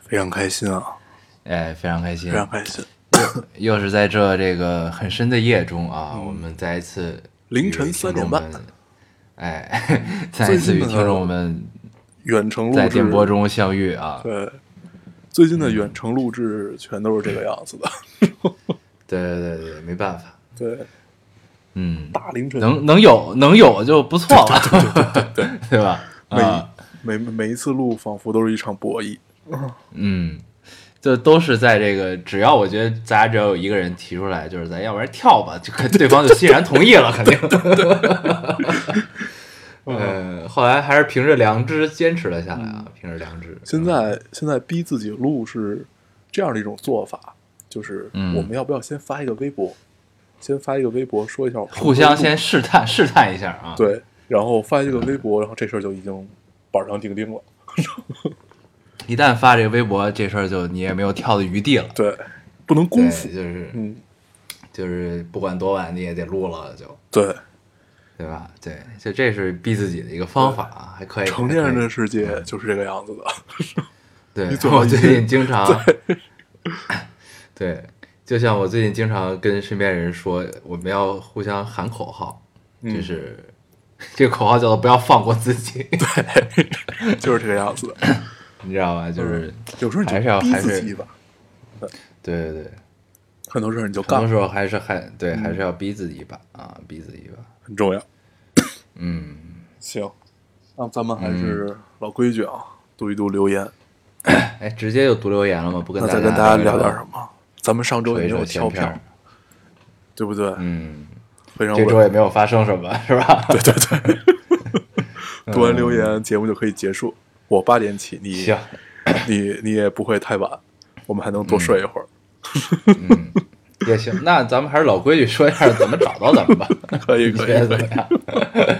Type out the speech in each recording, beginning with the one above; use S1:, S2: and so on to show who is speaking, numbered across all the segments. S1: 非常开心啊，
S2: 哎，非常开心
S1: 非，常开心。
S2: 又是在这这个很深的夜中啊，我们再一次与
S1: 嗯凌晨三
S2: 听众
S1: 点半
S2: 们，哎， 再一次与
S1: 最近
S2: 听
S1: 的
S2: 众们
S1: 远程录制
S2: 在电波，中嗯相遇啊。
S1: 对，最近的远程录制全都是这个样子的，
S2: 对对对对，没办法，
S1: 对，
S2: 嗯，
S1: 大凌晨，
S2: 能能有能有就不错了，对对对 对吧？
S1: 每
S2: 啊，
S1: 每每一次录仿佛都是一场博弈，
S2: 嗯，就都是在这个，只要我觉得咱俩只要有一个人提出来，就是咱要不然跳吧，就肯对方就欣然同意了，肯定。嗯，后来还是凭着良知坚持了下来啊，凭着良知。
S1: 现在现在逼自己录是这样的一种做法，就是
S2: 嗯
S1: 我们要不要先发一个微博，先发一个微博说一下我们
S2: 互相先试探试探一下啊。
S1: 对，然后发一个微博，然后这事儿就已经板上钉钉了，
S2: 一旦发这个微博，这事儿就你也没有跳的余地了。
S1: 对，不能
S2: 对，
S1: 辜负，
S2: 就是
S1: 嗯，
S2: 就是不管多晚你也得录了，就
S1: 对。
S2: 对吧？对，就这是逼自己的一个方法啊，还可以。
S1: 成年人
S2: 还可
S1: 的
S2: 以
S1: 世界就是这个样子的，
S2: 对，
S1: 你做
S2: 我
S1: 好一
S2: 最近
S1: 件
S2: 经常对，就像我最近经常跟身边人说，我们要互相喊口号，就
S1: 嗯
S2: 是、 这个口号叫做“不要放过自己”，
S1: 就是这个样子的。
S2: 你知道
S1: 嗯
S2: 吧？就是、
S1: 有时候你
S2: 嗯还是要
S1: 就逼
S2: 还
S1: 自
S2: 是
S1: 己吧，
S2: 对对对，
S1: 很多事儿你就
S2: 很
S1: 干
S2: 多，时候还是还对，
S1: 嗯
S2: 还是要逼自己一把啊，逼自己一把。
S1: 很重要。
S2: 嗯，
S1: 行，那咱们还是老规矩啊，读一读留言。
S2: 哎，直接就读留言了吗？不跟
S1: 那
S2: 大
S1: 再跟大家聊
S2: 聊
S1: 点什么？咱们上周
S2: 扯
S1: 也
S2: 一
S1: 没有
S2: 扯
S1: 跳
S2: 闲篇
S1: 票
S2: 儿，，
S1: 对不对？
S2: 嗯，
S1: 非常
S2: 这周
S1: 稳。
S2: 也没有发生什么，是吧？对对
S1: 读完留言，节目就可以结束。我八点起，你
S2: 行，
S1: 你你也不会太晚，我们还能多睡一会儿。
S2: 嗯，也行。那咱们还是老规矩，说一下怎么找到咱 们吧。
S1: 可以
S2: 你
S1: 可
S2: 觉得
S1: 以
S2: 怎
S1: 可
S2: 么
S1: 以。
S2: 样？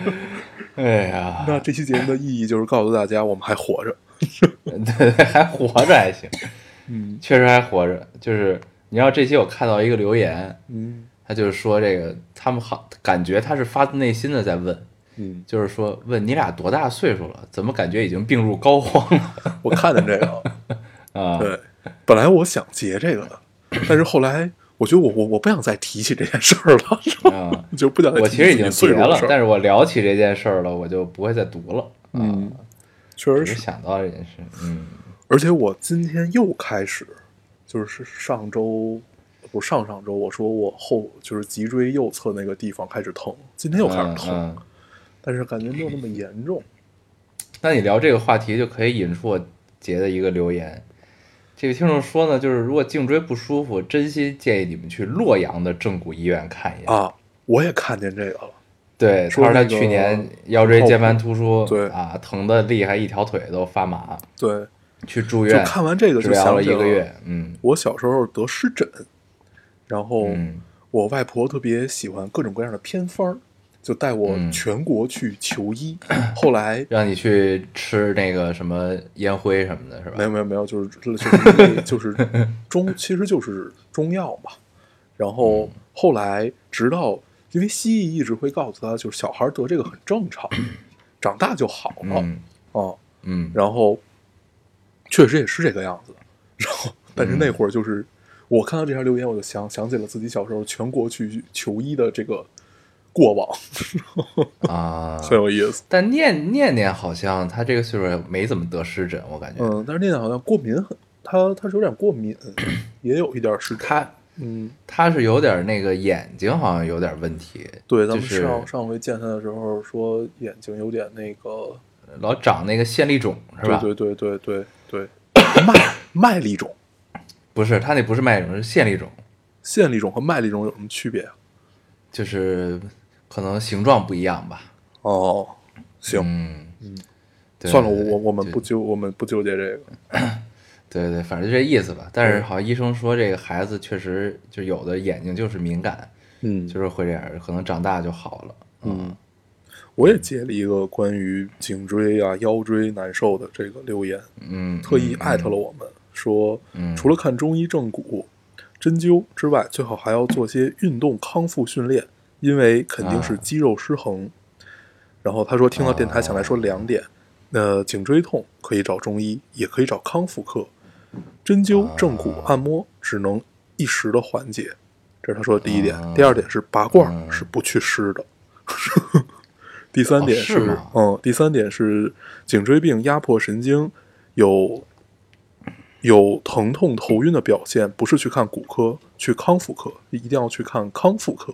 S2: 哎呀，
S1: 那这期节目的意义就是告诉大家，我们还活着。
S2: 对，还活着还行，
S1: 嗯
S2: 确实还活着。就是你知道这期我看到一个留言，
S1: 嗯
S2: 他就是说这个他们好感觉他是发自内心的在问，
S1: 嗯，
S2: 就是说问你俩多大岁数了，怎么感觉已经病入膏肓了
S1: 我看见这个了。
S2: 啊？
S1: 对，本来我想截这个的，但是后来我觉得我我我不想再提起这件事儿了，
S2: 啊，
S1: 就不想再
S2: 我
S1: 呃提
S2: 其实已
S1: 起自
S2: 经
S1: 己岁
S2: 结
S1: 数的
S2: 了
S1: 事，
S2: 但
S1: 儿。
S2: 是我聊起这件事儿了，我就不会再读了。
S1: 嗯，
S2: 啊
S1: 确实
S2: 只
S1: 是
S2: 是。想到这件事，嗯
S1: 而且我今天又开始，就是上周不是上上周，我说我后就是脊椎右侧那个地方开始疼，今天又开始
S2: 嗯
S1: 疼，
S2: 嗯。
S1: 但是感觉没有那么严重。
S2: 那你聊这个话题就可以引出我截的一个留言。这个听众说呢，就是如果颈椎不舒服，真心建议你们去洛阳的正骨医院看一眼。
S1: 啊，我也看见这个了。
S2: 对，他
S1: 说
S2: 说他
S1: 那个
S2: 去年腰椎间盘突出，
S1: 对
S2: 啊，疼的厉害，一条腿都发麻，
S1: 对，
S2: 去住
S1: 就
S2: 院
S1: 看完这个
S2: 治
S1: 就
S2: 疗
S1: 想
S2: 了
S1: 起
S2: 一个月。嗯
S1: 我小时候得湿疹，然后
S2: 嗯
S1: 我外婆特别喜欢各种各样的偏方儿，就带我
S2: 嗯
S1: 全国去 求医。后来
S2: 让你去吃那个什么烟灰什么的，是吧
S1: 没？有没有没有，就是就是 因为就是中，其实就是中药嘛。然后
S2: 嗯
S1: 后来直到因为西医一直会告诉他，就是小孩得这个很正常，长大就好了啊、
S2: 嗯
S1: 哦
S2: 嗯，
S1: 然后确实也是这个样子。然后，但是
S2: 嗯
S1: 那会儿就是、我看到这条留言，我就想想起了自己小时候全国去求医的这个过往，
S2: 啊，
S1: 很有意思。
S2: 但念念念好像他这个岁数没怎么得湿疹，我感觉。
S1: 嗯，但是那天好像过敏很，他他是有点过敏，也有一点是
S2: 他
S1: 嗯，
S2: 他是有点那个眼睛好像有点问题，
S1: 对，咱们
S2: 就是
S1: 上上回见他的时候说眼睛有点那个，
S2: 老长那个线粒肿是吧？
S1: 对对对对对对，麦麦粒肿、
S2: 不是，他那不是麦粒肿，是线粒肿，
S1: 线粒肿和麦粒肿有什么区别啊？
S2: 就是可能形状不一样吧。
S1: 哦，行，
S2: 嗯嗯，对
S1: 算了，我我我们
S2: 就
S1: 不纠我们不纠结这个，
S2: 对对，反正就这意思吧。但
S1: 嗯
S2: 是好像医生说这个孩子确实就有的眼睛就是敏感，
S1: 嗯，
S2: 就是会这样，可能长大就好了。
S1: 嗯，我也接了一个关于颈椎啊、腰椎难受的这个留言，
S2: 嗯，
S1: 特意
S2: 嗯
S1: 艾特了，我们说，
S2: 嗯，
S1: 除了看中医正骨、针灸之外，最好还要做些运动康复训练，因为肯定是
S2: 啊
S1: 肌肉失衡。然后他说，听到电台想来说两点，呃，颈椎痛可以找中医，也可以找康复科，针
S2: 啊
S1: 灸、正骨、按摩只能一时的缓解。这是他说的第一点，
S2: 啊
S1: 第二点是拔罐儿
S2: 嗯
S1: 是不去湿的。第三点
S2: 哦
S1: 是，
S2: 是吗
S1: 嗯，第三点是颈椎病压迫神经有有疼痛、头晕的表现，不是去看骨科，去康复科，一定要去看康复科。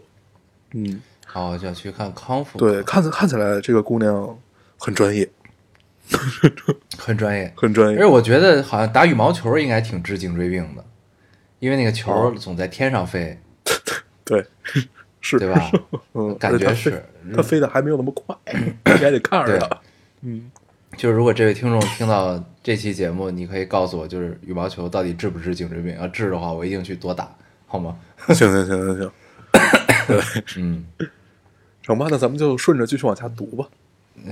S1: 嗯，
S2: 哦，就要去看康复，
S1: 对，，看起看起来这个姑娘很专业，
S2: 很专业。
S1: 很专
S2: 而
S1: 业
S2: 且。我觉得好像打羽毛球应该挺治颈椎病的，因为那个球总在天上飞，
S1: 对， 是
S2: 对？吧？
S1: 嗯，
S2: 感觉
S1: 而且她
S2: 是
S1: 飞她飞的还没有那么快，你还得看着她。嗯，
S2: 就是如果这位听众听到这期节目，你可以告诉我，就是羽毛球到底治不治颈椎病？要治的话，我一定去多打，好吗？
S1: 行行行行行，
S2: 嗯，
S1: 成吧，那咱们就顺着继续往下读吧。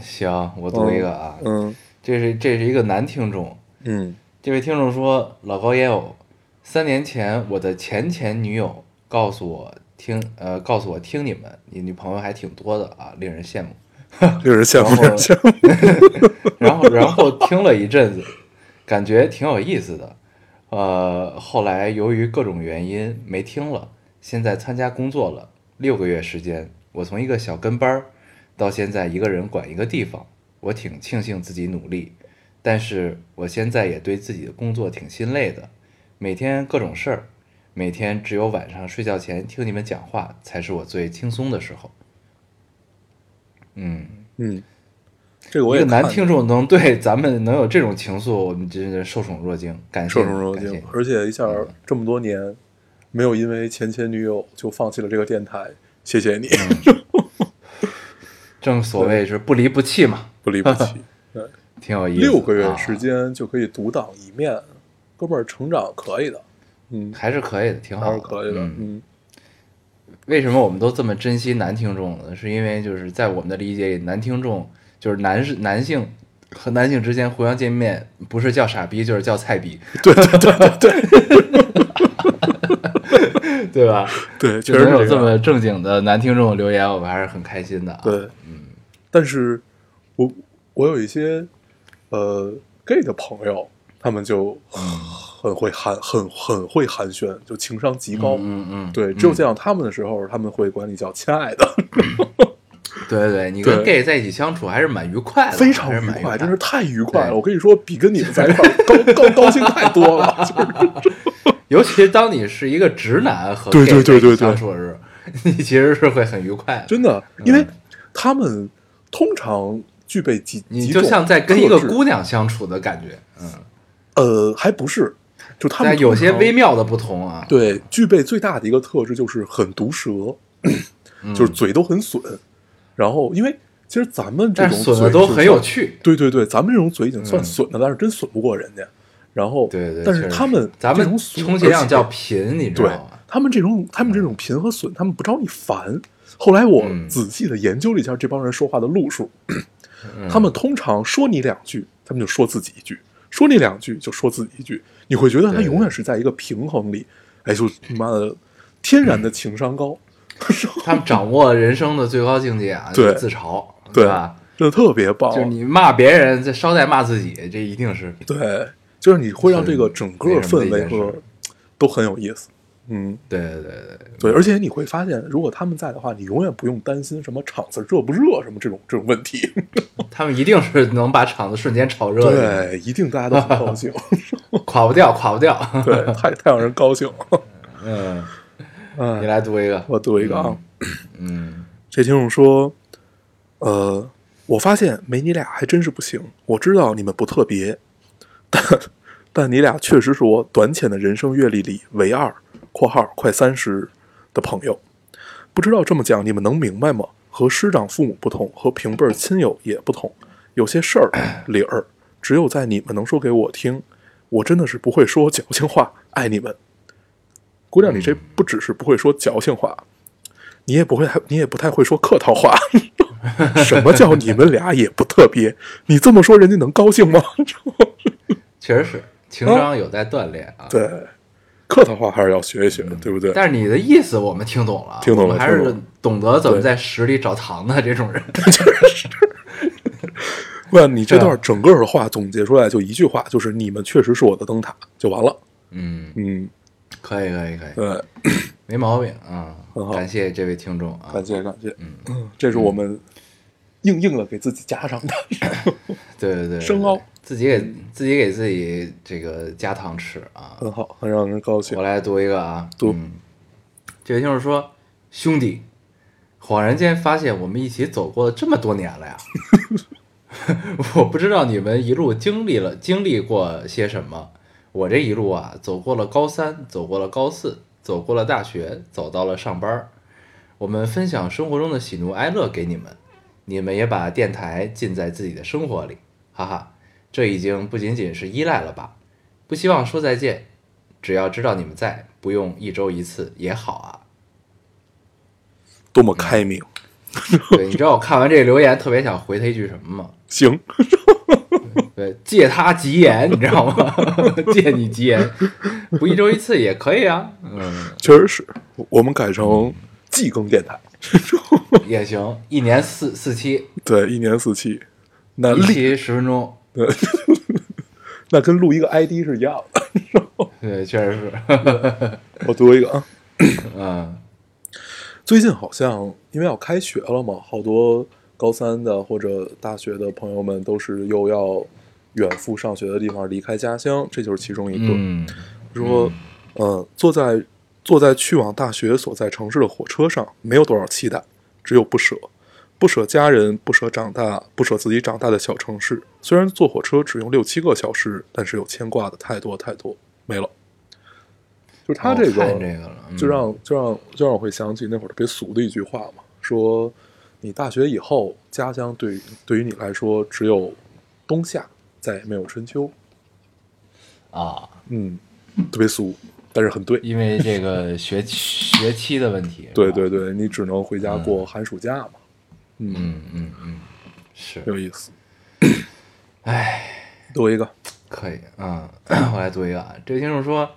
S2: 行，我读一个啊，
S1: 嗯
S2: 这是这是一个男听众，
S1: 嗯
S2: 这位听众说，老高也有，三年前我的前前女友告诉我听，呃，告诉我听你们，你女朋友还挺多的啊，令人羡慕。
S1: 嗯，令人羡慕，
S2: 然后
S1: 令人羡慕。
S2: 然后然后听了一阵子，感觉挺有意思的。呃，后来由于各种原因没听了，现在参加工作了，六个月时间，我从一个小跟班儿到现在一个人管一个地方，我挺庆幸自己努力，但是我现在也对自己的工作挺心累的，每天各种事儿，每天只有晚上睡觉前听你们讲话才是我最轻松的时候。嗯，
S1: 嗯，这个我
S2: 一
S1: 也
S2: 个男
S1: 看
S2: 听众能对咱们能有这种情愫，我们真是受宠若惊，感谢
S1: 受
S2: 你
S1: 宠若
S2: 感谢
S1: 惊
S2: 你，嗯
S1: 而且一下这么多年，没有因为前前女友就放弃了这个电台，谢谢你，
S2: 嗯正所谓是不离不弃嘛，
S1: 不离不弃。对，
S2: 挺 有意思的。
S1: 六个月时
S2: 啊，
S1: 间就可以独当一面，哥们儿成长可以的，嗯，
S2: 还是可以的，挺好
S1: 还
S2: 的，
S1: 是可以的，
S2: 啊嗯
S1: 嗯
S2: 为什么我们都这么珍惜男听众呢？是因为就是在我们的理解里，男听众就是男是男性和男性之间互相见面，不是叫傻逼就是叫菜逼，对对对对对，对 吧？
S1: 对，确
S2: 就
S1: 实
S2: 能有
S1: 是
S2: 这
S1: 样
S2: 么正经的男听众留言，我们还是很开心的、啊。
S1: 对，嗯，但是我我有一些呃 gay 的朋友，他们就
S2: 嗯
S1: 很会寒，很很会寒暄，就情商极高，
S2: 嗯嗯，
S1: 对，
S2: 嗯
S1: 只有见到他们的时候，他们会管你叫亲爱的，
S2: 对对对，你跟
S1: 对
S2: gay 在一起相处还是蛮愉快的，
S1: 非常
S2: 哎还
S1: 愉
S2: 蛮愉
S1: 快，
S2: 的
S1: 真是太愉快了。
S2: 对
S1: 我跟你说，比跟你们在一块儿 高高高兴太多了。就是
S2: 尤其是当你是一个直男和
S1: 对
S2: gay
S1: 对对对对
S2: 在一起相处的时候， 你其实是会很愉快的。
S1: 真的，因为他们通常具备几
S2: 你
S1: 几
S2: 就
S1: 种
S2: 像在跟一个
S1: 特质
S2: 姑娘相处的感觉，嗯，
S1: 呃，还不是，就他
S2: 但
S1: 们
S2: 有些
S1: 通常
S2: 微妙的不同啊。
S1: 对具备最大的一个特质就是很毒舌，
S2: 嗯，
S1: 就是嘴都很损。然后，因为其实咱们这
S2: 但
S1: 种
S2: 是损的
S1: 嘴
S2: 都
S1: 是
S2: 很
S1: 算
S2: 有趣。
S1: 对对对，咱们这种嘴已经算
S2: 嗯
S1: 损的，但是真损不过人家。然后，
S2: 对对，
S1: 但
S2: 确
S1: 是
S2: 实
S1: 他们
S2: 咱
S1: 这
S2: 们
S1: 种损
S2: 充其量
S1: 而
S2: 叫
S1: 且
S2: 贫，啊嗯你知
S1: 对
S2: 道吗？
S1: 他们这种他们这种贫和损，他们不招你烦。后来我
S2: 嗯
S1: 仔细的研究了一下这帮人说话的路数，
S2: 嗯
S1: 他们通常说你两句，他们就说自己一句；说你两句，就说自己一句。你会觉得他
S2: 对对
S1: 永远是在一个平衡里，哎，就他妈的天然
S2: 嗯
S1: 的情 商高，
S2: 他们掌握人生的最高境界啊，
S1: 对
S2: 就是自嘲，
S1: 对
S2: 吧？
S1: 真的特别棒。
S2: 就是你骂别人，这捎带骂自己，这一定是
S1: 对，就是你会让这个
S2: 是
S1: 整个
S2: 没什么的
S1: 氛
S2: 一
S1: 围
S2: 件事
S1: 和都很有意思。嗯，
S2: 对对 对对。
S1: 对，而且你会发现，如果他们在的话，你永远不用担心什么场子热不热什么这种这种问题。
S2: 他们一定是能把场子瞬间炒热的，
S1: 对，一定大家都 很高兴，
S2: 垮不掉，垮不掉。
S1: 对，太太让人高兴了。
S2: 嗯， 你
S1: 嗯，
S2: 来读一个，
S1: 我读一个啊，
S2: 嗯，
S1: 这听众说，呃，我发现没你俩还真是不行。我知道你们不特别，但但你俩确实是我短浅的人生阅历里唯二（括号快三十）的朋友。不知道这么讲你们能明白吗？和师长父母不同，和平辈儿亲友也不同。有些事儿理儿，只有在你们能说给我听，我真的是不会说矫情话，爱你们。姑娘，你这不只是不会说矫情话，你也不会，你也不太会说客套话。 什么叫你们俩也不特别？你这么说，人家能高兴吗？
S2: 确实是情商有待锻炼啊。，
S1: 对，客套话还是要学一学，对不对？
S2: 但是你的意思我们听懂了，
S1: 听懂了
S2: 我们还是
S1: 听
S2: 懂得怎么
S1: 对
S2: 在屎里找糖的 这种人。
S1: 那你这
S2: 对啊
S1: 段整个的话总结出来就一句话，就是你们确实是我的灯塔，就完了。
S2: 嗯，
S1: 嗯，
S2: 可以可以可以，
S1: 对，
S2: 没毛病啊
S1: 很。好
S2: 感谢这位听众啊，
S1: 感谢感谢，嗯，这是我们硬硬的给自己加上 的。
S2: 对对对对，
S1: 生凹
S2: 对，自己给自己给自己这个加糖吃啊。
S1: 很好，很让人高兴
S2: 我。来读一个啊，
S1: 读
S2: 嗯这位听众说：“兄弟，恍然间发现我们一起走过了这么多年了呀！ 我不知道你们一路经历了经历过些什么，我这一路啊，走过了高三，走过了高四，走过了大学，走到了上班儿。我们分享生活中的喜怒哀乐给你们，你们也把电台浸在自己的生活里，哈哈，这已经不仅仅是依赖了吧？不希望说再见，只要知道你们在，不用一周一次也好啊。
S1: 多么开明！
S2: 对，你知道我看完这个留言特别想回他一句什么吗？
S1: 行，
S2: 对，借他吉言，你知道吗？ 借你吉言，不一周一次也可以啊，嗯，
S1: 确实是我们改成季更电台，
S2: 也行，一年四四期，
S1: 对，一年四期。那
S2: 一
S1: 立
S2: 期十分钟，
S1: 那跟录一个 ID 是一样的。
S2: 对，确实是，
S1: 我读一个啊，
S2: 嗯
S1: 最近好像因为要开学了嘛，好多高三的或者大学的朋友们都是又要远赴上学的地方，离开家乡，这就是其中一个。
S2: 嗯
S1: 说，呃，坐在坐在去往大学所在城市的火车上，没有多少期待，只有不舍，不舍家人，不舍长大，不舍自己长大的小城市。虽然坐火车只用六七个小时，但是有牵挂的太多太多，没了。就是他这
S2: 我
S1: 个，
S2: 看这个了，嗯
S1: 就让就让就让我会想起那会儿特别俗的一句话嘛，说你大学以后，家乡对于对于你来说只有冬夏，再也没有春秋。
S2: 啊，
S1: 嗯，特别俗，但是很对。
S2: 因为这个学期学期的问题，
S1: 对
S2: 是吧
S1: 对，对，你只能回家过寒暑假嘛。嗯，
S2: 嗯嗯嗯，是
S1: 有意思。哎，读一个，
S2: 可以，嗯， 我来读一个啊。这位听众说，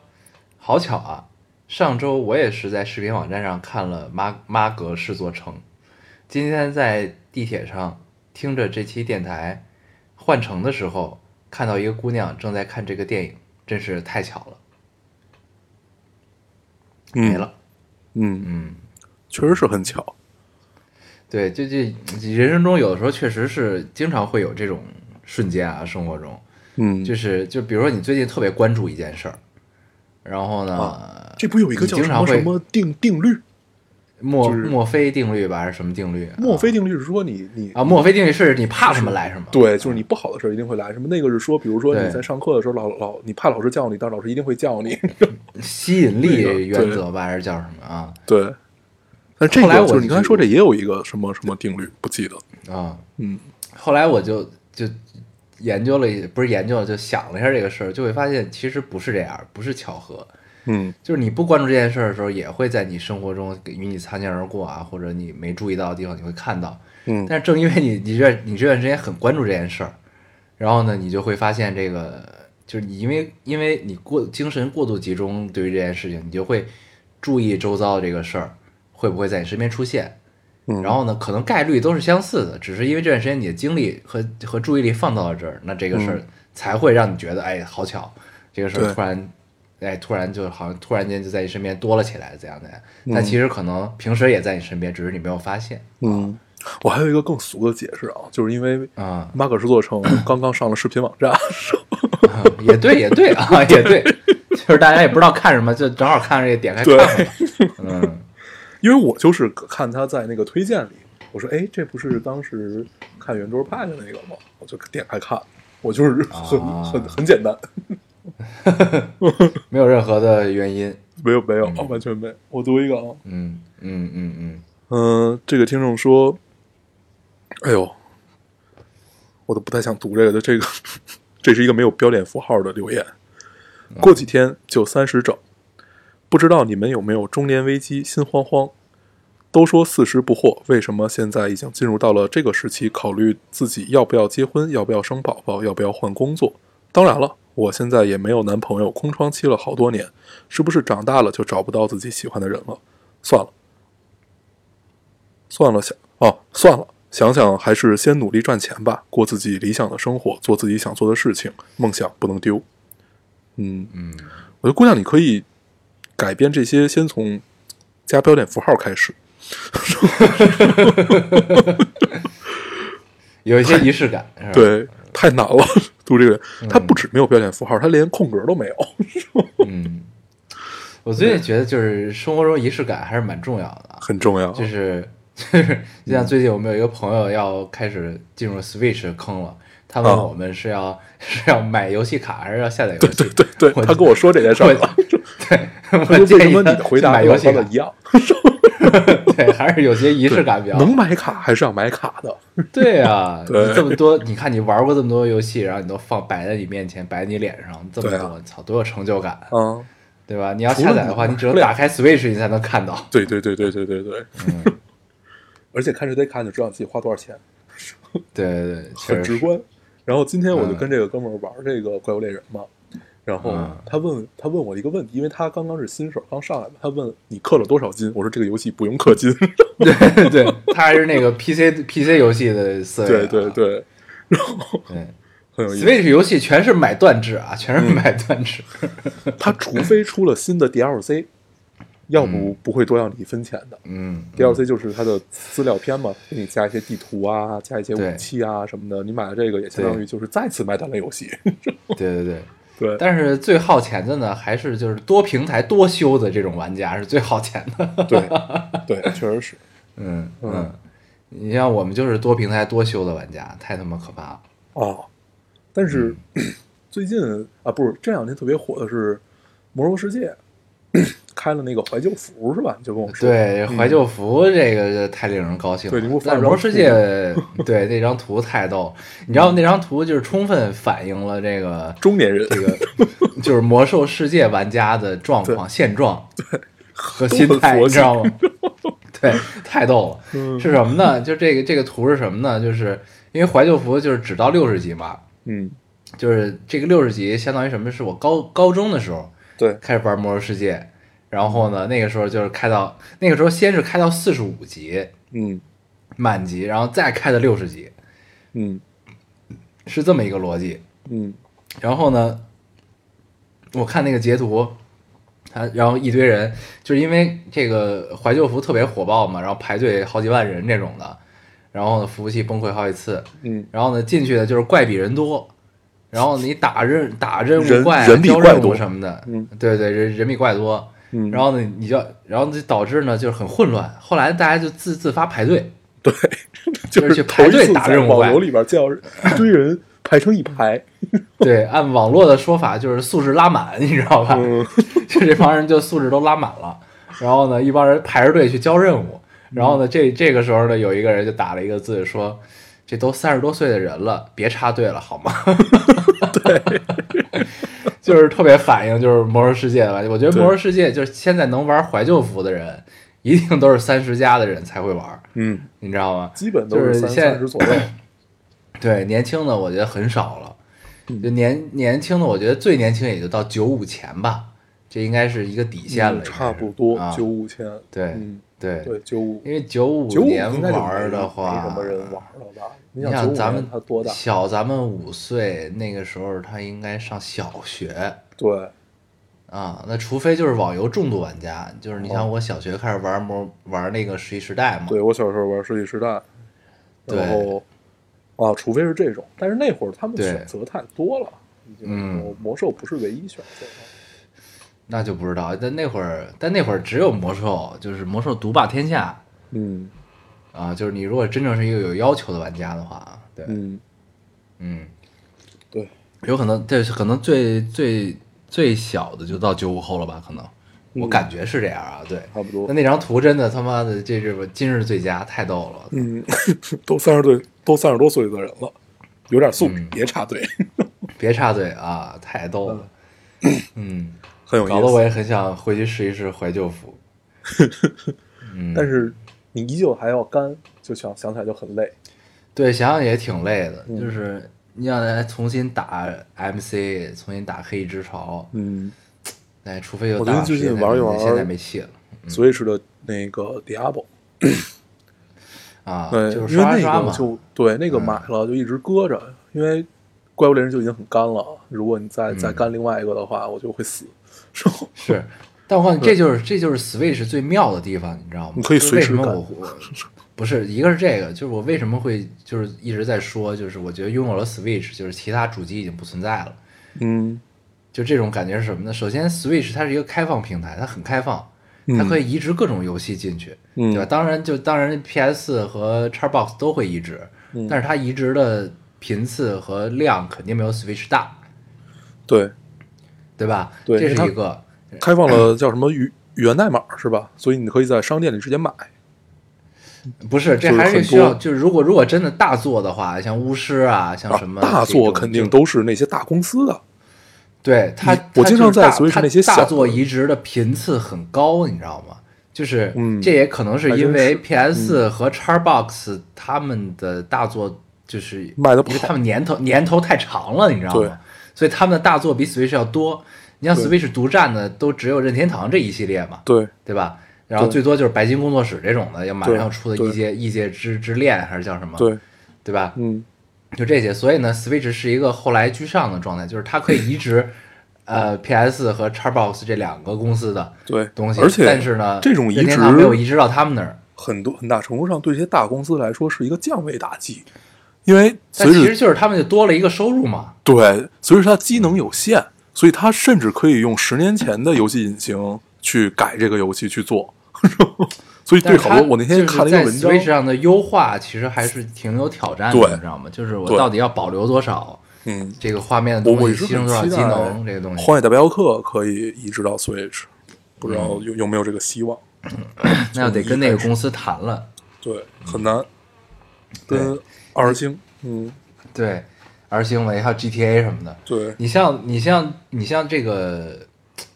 S2: 好巧啊，上周我也是在视频网站上看了妈妈格视座城，今天在地铁上听着这期电台换乘的时候，看到一个姑娘正在看这个电影，真是太巧了，
S1: 嗯
S2: 没了。
S1: 嗯，
S2: 嗯，
S1: 确实是很巧。
S2: 对，就这人生中有的时候确实是经常会有这种瞬间啊，生活中
S1: 嗯，
S2: 就是就比如说你最近特别关注一件事儿，然后呢。
S1: 啊这不有一个
S2: 你
S1: 叫
S2: 经
S1: 什
S2: 常
S1: 么什
S2: 会啊
S1: 么定定律？
S2: 墨
S1: 就是
S2: 墨菲定律吧，还是什么定律？
S1: 墨菲定律是说你你
S2: 啊，墨菲定律是你怕什么来什么。
S1: 对，就是你不好的事儿一定会来什么？那个是说，比如说
S2: 对
S1: 你在上课的时候，老老你怕老师叫你，但是老师一定会叫你。
S2: 吸引力
S1: 对
S2: 原则吧，还是叫什么啊？
S1: 对，但这
S2: 后来
S1: 个
S2: 我
S1: 就是你刚才
S2: 就
S1: 说这也有一个什么什么定律，不记得。
S2: 啊，
S1: 嗯
S2: 后来我就就研究了一，不是研究了，就想了一下这个事儿，就会发现其实不是这样，不是巧合，
S1: 嗯
S2: 就是你不关注这件事儿的时候，也会在你生活中与你擦肩而过啊，或者你没注意到的地方，你会看到。
S1: 嗯，
S2: 但是正因为你你这你这段时间很关注这件事儿，然后呢，你就会发现这个就是你因为因为你过精神过度集中对于这件事情，你就会注意周遭的这个事儿会不会在你身边出现。
S1: 嗯
S2: 然后呢，可能概率都是相似的，只是因为这段时间你的精力和和注意力放到了这儿，那这个事儿才会让你觉得，哎，好巧，这个事儿
S1: 嗯对
S2: 突然，哎，突然就好像突然间就在你身边多了起来，怎样怎样。但其实可能平时也在你身边，只是你没有发现。
S1: 嗯，我还有一个更俗的解释啊，就是因为
S2: 啊
S1: 马可是座 城刚刚上了视频网站，
S2: 啊 也对，也对啊，也对，就是大家也不知道看什么，就正好看着这个点开看
S1: 对
S2: 了。嗯，
S1: 因为我就是看他在那个推荐里，我说哎，这不是当时看圆桌派的那个吗？我就点开看，我就是很、
S2: 啊
S1: 很很简单，
S2: 没有任何的原因。
S1: 没有没有、完全没有。我读一个啊，
S2: 嗯嗯嗯嗯，
S1: 嗯、这个听众说，哎呦，我都不太想读这个的，这个这是一个没有标点符号的留言。过几天就三十整。不知道你们有没有中年危机，心慌慌。都说四十不惑，为什么现在已经进入到了这个时期，考虑自己要不要结婚，要不要生宝宝，要不要换工作？当然了，我现在也没有男朋友，空窗期了好多年，是不是长大了就找不到自己喜欢的人了？算了，算了，想哦，算了，想想还是先努力赚钱吧，过自己理想的生活，做自己想做的事情，梦想不能丢。嗯，
S2: 嗯，
S1: 我觉得姑娘，你可以改变这些，先从加标点符号开始。
S2: 有一些仪式感，是吧？，
S1: 对，太难了，读这个人，他不止没有标点符号，他连空格都没有。
S2: 嗯，我最近觉得就是生活中仪式感还是蛮重要的，
S1: 很重要。
S2: 就是 就是，就像最近我们有一个朋友要开始进入 Switch 坑了，他问
S1: 啊
S2: 我们是要、是要买游戏卡还是要下载游戏？对
S1: 对对， 他跟我说这件事儿了，
S2: 对，
S1: 他说
S2: 我
S1: 为
S2: 建
S1: 什
S2: 议
S1: 么你
S2: 他
S1: 的回答
S2: 买
S1: 跟
S2: 游
S1: 我
S2: 戏
S1: 说
S2: 卡
S1: 的一，样？
S2: 对，还是有些仪式感比较好。
S1: 能买卡还是要买卡的，
S2: 对啊，
S1: 对
S2: 你这么多，你看你玩过这么多游戏，然后你都放摆在你面前，摆在你脸上，这么
S1: 对
S2: 多，操、多有成就感，
S1: 啊，
S2: 对吧？你要
S1: 除了
S2: 下载的话，
S1: 你
S2: 你只能打开 Switch 你才能看到。
S1: 对对对对对对对。
S2: 嗯
S1: 而且看这堆卡，你就知道自己花多少钱，
S2: 对对对，确
S1: 很
S2: 实
S1: 直
S2: 是
S1: 观。然后今天我就
S2: 嗯
S1: 跟这个哥们儿玩这个《怪物猎人》嘛，然后
S2: 嗯
S1: 他问他问我一个问题，因为他刚刚是新手，刚上来嘛，他问你氪了多少金？我说这个游戏不用氪金。
S2: 对对，他还是那个 PC PC 游戏的思维、啊。
S1: 对对对，
S2: 对
S1: 很有意思。
S2: ，Switch 游戏全是买断制
S1: 嗯
S2: 啊，全是买断制。
S1: 他除非出了新的 DLC，要不不会多要你一分钱的。
S2: 嗯，
S1: DLC 就是它的资料片嘛，给你加一些地图啊，加一些
S2: 对
S1: 武器啊什么的。你买了这个也相当于就是再次买单类游戏。
S2: 对对对。
S1: 对，
S2: 但是最耗钱的呢，还是就是多平台多修的这种玩家是最耗钱的。
S1: 对，对，确实是。
S2: 嗯
S1: 嗯
S2: 嗯，你像我们就是多平台多修的玩家，太他妈可怕了。
S1: 哦，但是
S2: 嗯
S1: 最近啊，不是这两年特别火的是《魔兽世界》 开了那个怀旧服是吧？你就跟我说，
S2: 对，怀旧服这个太令人高兴了。
S1: 对你给我发
S2: 但是
S1: 张
S2: 魔兽世界，对那张图太逗了，你知道那张图就是充分反映了这 个
S1: 中年人
S2: 这个就是魔兽世界玩家的状况、现状和心
S1: 都很
S2: 态，
S1: 佛
S2: 你知道吗？对，太逗了。
S1: 嗯
S2: 是什么呢？就这个这个图是什么呢？就是因为怀旧服就是只到六十级嘛，
S1: 嗯，
S2: 就是这个六十级相当于什么？是我高高中的时候
S1: 对，
S2: 开始玩魔兽世界，然后呢，那个时候就是开到那个时候先是开到四十五级
S1: 嗯
S2: 满级，然后再开到六十级，
S1: 嗯
S2: 是这么一个逻辑。
S1: 嗯
S2: 然后呢，我看那个截图，他然后一堆人就是因为这个怀旧服特别火爆嘛，然后排队好几万人这种的，然后呢服务器崩溃好几次，
S1: 嗯，
S2: 然后呢进去的就是怪比人多，然后你打任打任务
S1: 人
S2: 怪啊、
S1: 人比
S2: 交
S1: 怪
S2: 任务
S1: 多
S2: 什么的，
S1: 嗯，
S2: 对对，人人比怪多，
S1: 嗯
S2: 然后呢你就然后就导致呢就是很混乱，后来大家就自自发排队，
S1: 对，
S2: 就是
S1: 是
S2: 去排队
S1: 头一次
S2: 打
S1: 在
S2: 任务啊
S1: 网
S2: 吧
S1: 游里边见到一堆人排成一排，
S2: 对，按网络的说法就是素质拉满， 你知道吧？
S1: 嗯
S2: 就这帮人就素质都拉满了，然后呢，一帮人排着队去交任务，然后呢，这这个时候呢，有一个人就打了一个字说：“这都三十多岁的人了，别插队了，好吗？”对， 就是特别反映就是魔兽世界吧。我觉得
S1: 对
S2: 魔兽世界就是现在能玩怀旧服的人，一定都是三十加的人才会玩，
S1: 嗯，
S2: 你知道吗？
S1: 基本都是
S2: 就是
S1: 三
S2: 现在
S1: 三十 左右，
S2: 对，年轻的我觉得很少了，
S1: 嗯
S2: 就年年轻的，我觉得最年轻也就到九五前吧，这应该是一个底线了，
S1: 嗯
S2: 应该是
S1: 差不多
S2: 啊
S1: 九五千，
S2: 对
S1: 嗯
S2: 对
S1: 对，九五
S2: 因为九五
S1: 九五
S2: 年
S1: 应该就
S2: 玩
S1: 没
S2: 儿的
S1: 没
S2: 话，
S1: 什么人玩儿了吧？
S2: 你
S1: 你想
S2: 想
S1: 九五
S2: 咱
S1: 年
S2: 们
S1: 他多大？
S2: 小咱们五岁那个时候，他应该上小学
S1: 对，
S2: 啊。那除非就是网游重度玩家，就是你像我小学开始玩魔玩那个《十一时代》嘛，
S1: 哦对我小时候玩《世纪时代》，
S2: 对
S1: 然后啊，除非是这种，但是那会儿他们
S2: 对
S1: 选择太多了，已经
S2: 嗯
S1: 魔魔兽不是唯一选择了。
S2: 那就不知道。但那会儿，但那会儿只有魔兽，就是魔兽独霸天下
S1: 嗯
S2: 啊。就是你如果真正是一个有要求的玩家的话啊，对，
S1: 嗯，
S2: 嗯，
S1: 对，
S2: 有可能，对，可能最最最小的就到九五后了吧？可能，我
S1: 嗯
S2: 感觉是这样啊。对，
S1: 差不多
S2: 那那张图真的他妈的，这是今日最佳，太逗了。
S1: 嗯， 都三十岁，都三十多嗯岁的人了，有点素质，别插队。
S2: 别插队啊，太逗了。嗯，
S1: 很有
S2: 搞得我
S1: 意思。
S2: 也很想回去试一试怀旧 服。嗯，
S1: 但是你依旧还要干，就想想起来就很累。
S2: 对，想想也挺累的，
S1: 嗯
S2: 就是你让他重新打 MC，重新打黑之潮，
S1: 嗯
S2: 哎，除非有
S1: 我觉得
S2: 大
S1: 最
S2: 时间
S1: 近
S2: 才
S1: 玩一
S2: 能
S1: 玩
S2: 现在没戏了
S1: ，Switch 的那个 Diablo，
S2: 啊，
S1: 对，
S2: 就是
S1: 因
S2: 刷
S1: 为
S2: 刷
S1: 那
S2: 嘛嗯
S1: 个。就对那个买了就一直搁着，因为怪物猎人就已经很干了，如果你再再
S2: 嗯
S1: 干另外一个的话，我就会死。 然后
S2: 是，但我感觉这就是这就是 Switch 最妙的地方，你知道吗？
S1: 你可以
S2: 就是
S1: 随
S2: 为
S1: 时
S2: 什么
S1: 干
S2: 我我不是一个是这个，就是我为什么会就是一直在说，就是我觉得拥有了 Switch，就是其他主机已经不存在了。
S1: 嗯，
S2: 就这种感觉是什么呢？首先，Switch 它是一个开放平台，它很开放，
S1: 嗯
S2: 它可以移植各种游戏进去，
S1: 嗯
S2: 对吧？当然就，当然 PS 和 Xbox 都会移植，
S1: 嗯
S2: 但是它移植的频次和量肯定没有 Switch 大，
S1: 对，
S2: 对吧？
S1: 对
S2: 这
S1: 因为
S2: 是
S1: 它
S2: 一个。
S1: 开放了叫什么源源代码是吧？所以你可以在商店里直接买。
S2: 不是，这
S1: 就是
S2: 还是
S1: 很
S2: 需要，
S1: 多
S2: 就是如果如果真的大作的话，像巫师啊，像什么、
S1: 大作肯定，都是那些大公司
S2: 啊
S1: 的，
S2: 对他，
S1: 你我
S2: 它
S1: 经
S2: 就
S1: 常
S2: 是
S1: 在
S2: 大
S1: Switch
S2: 它
S1: 那些小
S2: 大
S1: 的
S2: 作移植的频次很高，你知道吗？就是，
S1: 嗯
S2: 这也可能是
S1: 还
S2: 因
S1: 真
S2: 为
S1: 是嗯
S2: PS 和 Xbox 他们的大作就是
S1: 卖得不
S2: 因为他
S1: 好
S2: 们年头年头太长了，你知道
S1: 对
S2: 吗？所以他们的大作比 Switch 要多。你像
S1: 对
S2: Switch 独占的都只有任天堂这一系列嘛，
S1: 对，
S2: 对吧？然后
S1: 对
S2: 最多就是白金工作室这种的，要马上
S1: 对
S2: 要出的
S1: 对
S2: 异界异界之之恋还是叫什么？
S1: 对，
S2: 对吧？
S1: 嗯，
S2: 就这些。所以呢，Switch 是一个后来居上的状态，就是它可以移植呃 PS 和 Xbox 这两个公司的
S1: 哦对
S2: 东西，
S1: 而且
S2: 但是呢，
S1: 这种移
S2: 任天
S1: 植
S2: 堂没有移植到他们那儿。
S1: 很多很大程度上对这些大公司来说是一个降维打击，因为
S2: 但
S1: 随
S2: 其实
S1: 着
S2: 就是他们就多了一个收入嘛，
S1: 对随着它机能有限，所以它甚至可以用十年前的游戏引擎去改这个游戏去做。 所以
S2: 但
S1: 对
S2: 是
S1: 好
S2: 它
S1: 多我那天看了一个文章
S2: 就是在 Switch 上的优化其实还是挺有挑战的，
S1: 对
S2: 你知道吗？就是我
S1: 对
S2: 到底要保留多少
S1: 嗯，
S2: 这个画面的
S1: 我
S2: 东
S1: 我一
S2: 西，
S1: 直
S2: 牺牲
S1: 很
S2: 多少
S1: 期
S2: 机
S1: 待
S2: 能这个东
S1: 《
S2: 西。
S1: 荒野大镖客》可以移植到 Switch，不知
S2: 嗯
S1: 道有有没有这个希望？
S2: 那要得跟那个公司谈了。
S1: 对，很难。
S2: 嗯对
S1: 跟二星，嗯，
S2: 对，而行为还有 GTA 什么的，
S1: 对，
S2: 你像你像你像这个，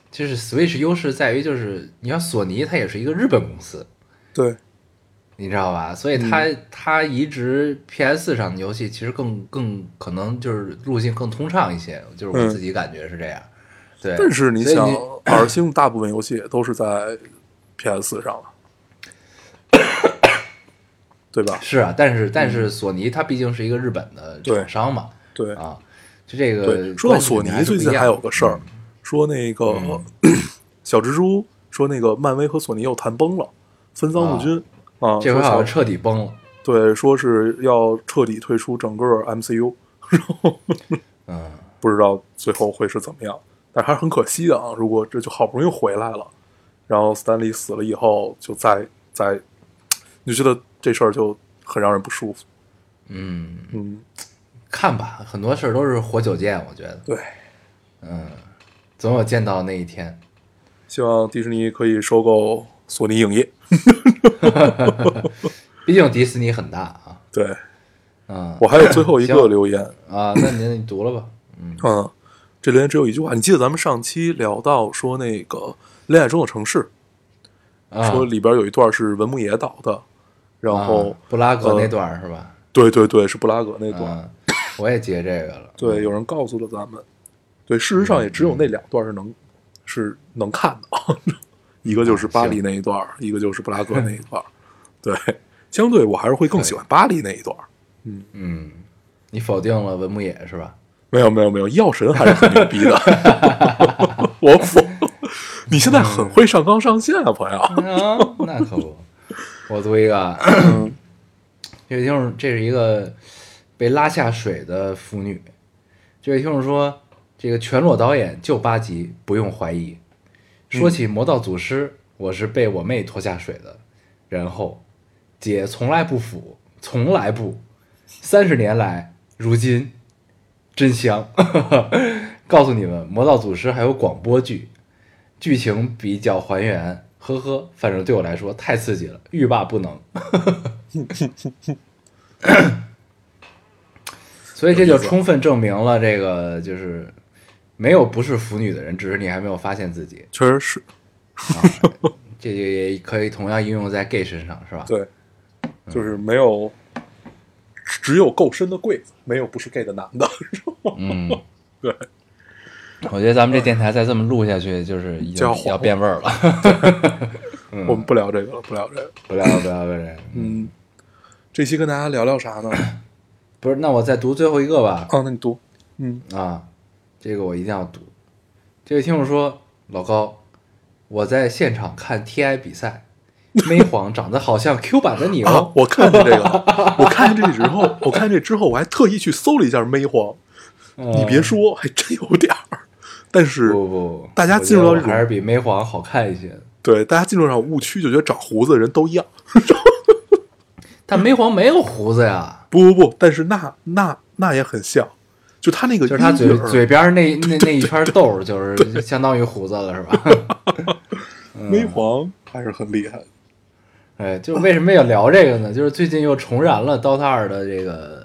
S2: 就是 Switch 优势在于就是，你像索尼它也是一个日本公司，
S1: 对，
S2: 你知道吧？所以它、
S1: 嗯
S2: 它移植 PS 上的游戏其实更更可能就是路径更通畅一些，就是我
S1: 嗯
S2: 自己感觉是这样。对，
S1: 但是你
S2: 所以
S1: 想， 二星大部分游戏也都是在 PS 上 了，对吧？
S2: 是啊，但是但是索尼它毕竟是一个日本的
S1: 嗯对
S2: 厂商嘛，
S1: 对
S2: 啊，就这个
S1: 对。说到索尼，
S2: 关系
S1: 最
S2: 肯定是不一
S1: 近
S2: 样嗯
S1: 还有个事儿，说那个、 小蜘蛛说那个漫威和索尼又谈崩了，分赃入军啊，
S2: 嗯这回
S1: 说
S2: 好像
S1: 想
S2: 彻底崩了，
S1: 对，说是要彻底退出整个 MCU，
S2: 嗯。
S1: 不知道最后会是怎么样，但还是很可惜的啊。如果这就好不容易回来了，然后斯坦利死了以后，就再再，你就觉得这事儿就很让人不舒服。
S2: 嗯，
S1: 嗯，
S2: 看吧，很多事儿都是活久见，我觉得。
S1: 对，
S2: 嗯，总有见到那一天。
S1: 希望迪士尼可以收购索尼影业。
S2: 毕竟迪士尼很大啊。
S1: 对
S2: 嗯，
S1: 我还有最后一个
S2: 行
S1: 留言，
S2: 啊，那您你读了吧。
S1: 嗯，这留言只有一句话。你记得咱们上期聊到说那个《恋爱中的城市》，
S2: 啊，
S1: 说里边有一段是文牧野导的，然后、
S2: 啊布拉格
S1: 呃
S2: 那段儿是吧？
S1: 对对对，是布拉格那段。
S2: 嗯，我也截这个了。
S1: 对，有人告诉了咱们。对，事实上也只有那两段是能、是能看的，一个就是巴黎那一段儿，一个就是布拉格那一段儿。对，相对我还是会更喜欢巴黎那一段儿。
S2: 嗯，你否定了文牧野是吧？
S1: 没有没有没有，药神还是很牛 逼的。我服，你现在很会上纲上线啊，朋 友。
S2: 啊，那可不。我读一个啊，这位听众，这是一个被拉下水的腐女。这位听众说，这个全裸导演就八集，不用怀疑。说起魔道祖师，我是被我妹拖下水的。然后，姐从来不腐，从来不。三十年来，如今真香。 告诉你们，魔道祖师还有广播剧，剧情比较还原，呵呵，反正对我来说太刺激了，欲罢不能。 所以这就充分证明了这个就是没有不是腐女的人，只是你还没有发现自己。
S1: 确实是
S2: 啊，这个也可以同样应用在 gay 身上，是吧？
S1: 对，就是没有，只有够深的柜子，没有不是 gay 的男的。
S2: 嗯，
S1: 对，
S2: 我觉得咱们这电台再这么录下去，就是已经
S1: 就要黄了
S2: 要变味儿了。
S1: 我们不聊这个了，不聊这个了。
S2: 不聊了，不聊了，不聊了。
S1: 嗯，这期跟大家聊聊啥呢？ 啊
S2: 不是，那我再读最后一个吧。
S1: 啊，那你读。嗯，
S2: 啊，这个我一定要读。这位听众说：“老高，我在现场看 TI 比赛，梅皇长得好像 Q 版的你
S1: 啊
S2: 哦，。
S1: 我看见这个了， 我看见这之后，我看见这之后，我还特意去搜了一下梅皇。你别说，还真有点儿。但是，
S2: 嗯不不不，
S1: 大家
S2: 我觉
S1: 进入
S2: 得
S1: 到
S2: 我
S1: 这种
S2: 还是比梅皇好看一些。
S1: 对大家进入上误区，就觉得长胡子的人都一样。
S2: 但梅皇没有胡子呀，
S1: 不不不，但是那那那也很像，就他那个
S2: 就是他 嘴
S1: 阴影儿
S2: 嘴边儿那那那一圈痘儿，就是相当于胡子了，是吧？
S1: 微黄还是很厉害的。
S2: 哎，就为什么要聊这个呢？ 就是最近又重燃了《DOTA 二》的这个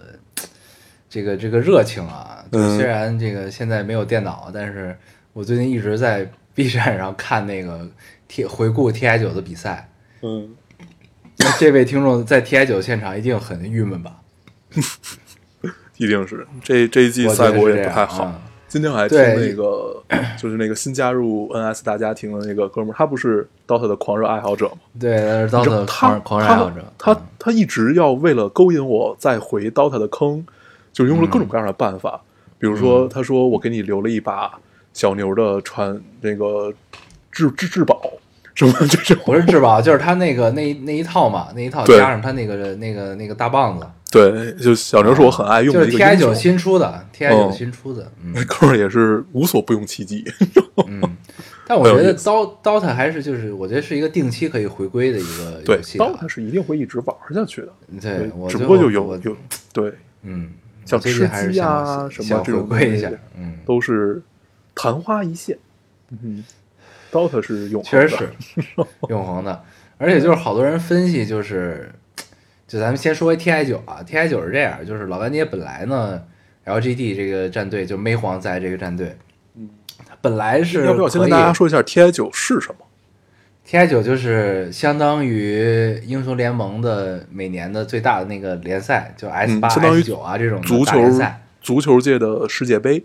S2: 这个这个热情啊！就
S1: 嗯
S2: 虽然这个现在没有电脑，但是我最近一直在 B 站上看那个 T 回顾 TI 九的比赛。
S1: 嗯，
S2: 那这位听众在 TI 九现场一定很郁闷 吧？
S1: 一定是这这一季
S2: 我觉
S1: 赛
S2: 得
S1: 果
S2: 是
S1: 也
S2: 这样
S1: 不太好。
S2: 啊
S1: 今天我还听
S2: 对
S1: 那个， 就是那个新加入 NS 大家庭的那个哥们儿，他不是 DOTA 的狂热爱好者吗？
S2: 对，但是
S1: 你知道
S2: DOTA
S1: 他
S2: 狂狂热爱好者，
S1: 他他
S2: 嗯
S1: 他一直要为了勾引我再回 DOTA 的坑，就用了各种各样的办法，
S2: 嗯
S1: 比如说他说我给你留了一把小牛的传那个至至至宝什么这种，
S2: 不是质保，就是他那个那一那一套嘛，那一套
S1: 对
S2: 加上他那个那个那个大棒子，
S1: 对，就小牛是我很爱用
S2: 就
S1: 的
S2: 是
S1: 一个
S2: TI
S1: 英
S2: 九
S1: 雄。
S2: 新出的，TI
S1: 嗯
S2: 九新出的，嗯。
S1: 那哥们儿也是无所不用其极，
S2: 嗯，但我觉
S1: 很有
S2: 得
S1: 意
S2: DOTA DOTA 还是就是，我觉得是一个定期可以回归的一个
S1: 对
S2: 游戏吧。啊
S1: ，DOTA 是一定会一直玩下去的。
S2: 对，我
S1: 只不过就
S2: 我
S1: 有有对，
S2: 嗯，
S1: 像
S2: 我最近
S1: 吃
S2: 还是
S1: 鸡
S2: 想
S1: 啊什么
S2: 想
S1: 这
S2: 回
S1: 种
S2: 归一下
S1: 东西，
S2: 嗯，
S1: 都是昙花一现。嗯，DOTA 是永恒
S2: 确
S1: 的，
S2: 实是永恒的。而且就是好多人分析，就是就咱们先说 T I 九啊，T I 九是这样，就是老干爹本来呢，L G D 这个战队就梅皇在这个战队，嗯，本来是
S1: 要不要先跟大家说一下 TI 九是什么？
S2: T I 九就是相当于英雄联盟的每年的最大的那个联赛，就 S 八、
S1: 嗯相当于
S2: S 九啊这种的
S1: 足
S2: 大
S1: 球
S2: 联赛
S1: 足球界的世界杯，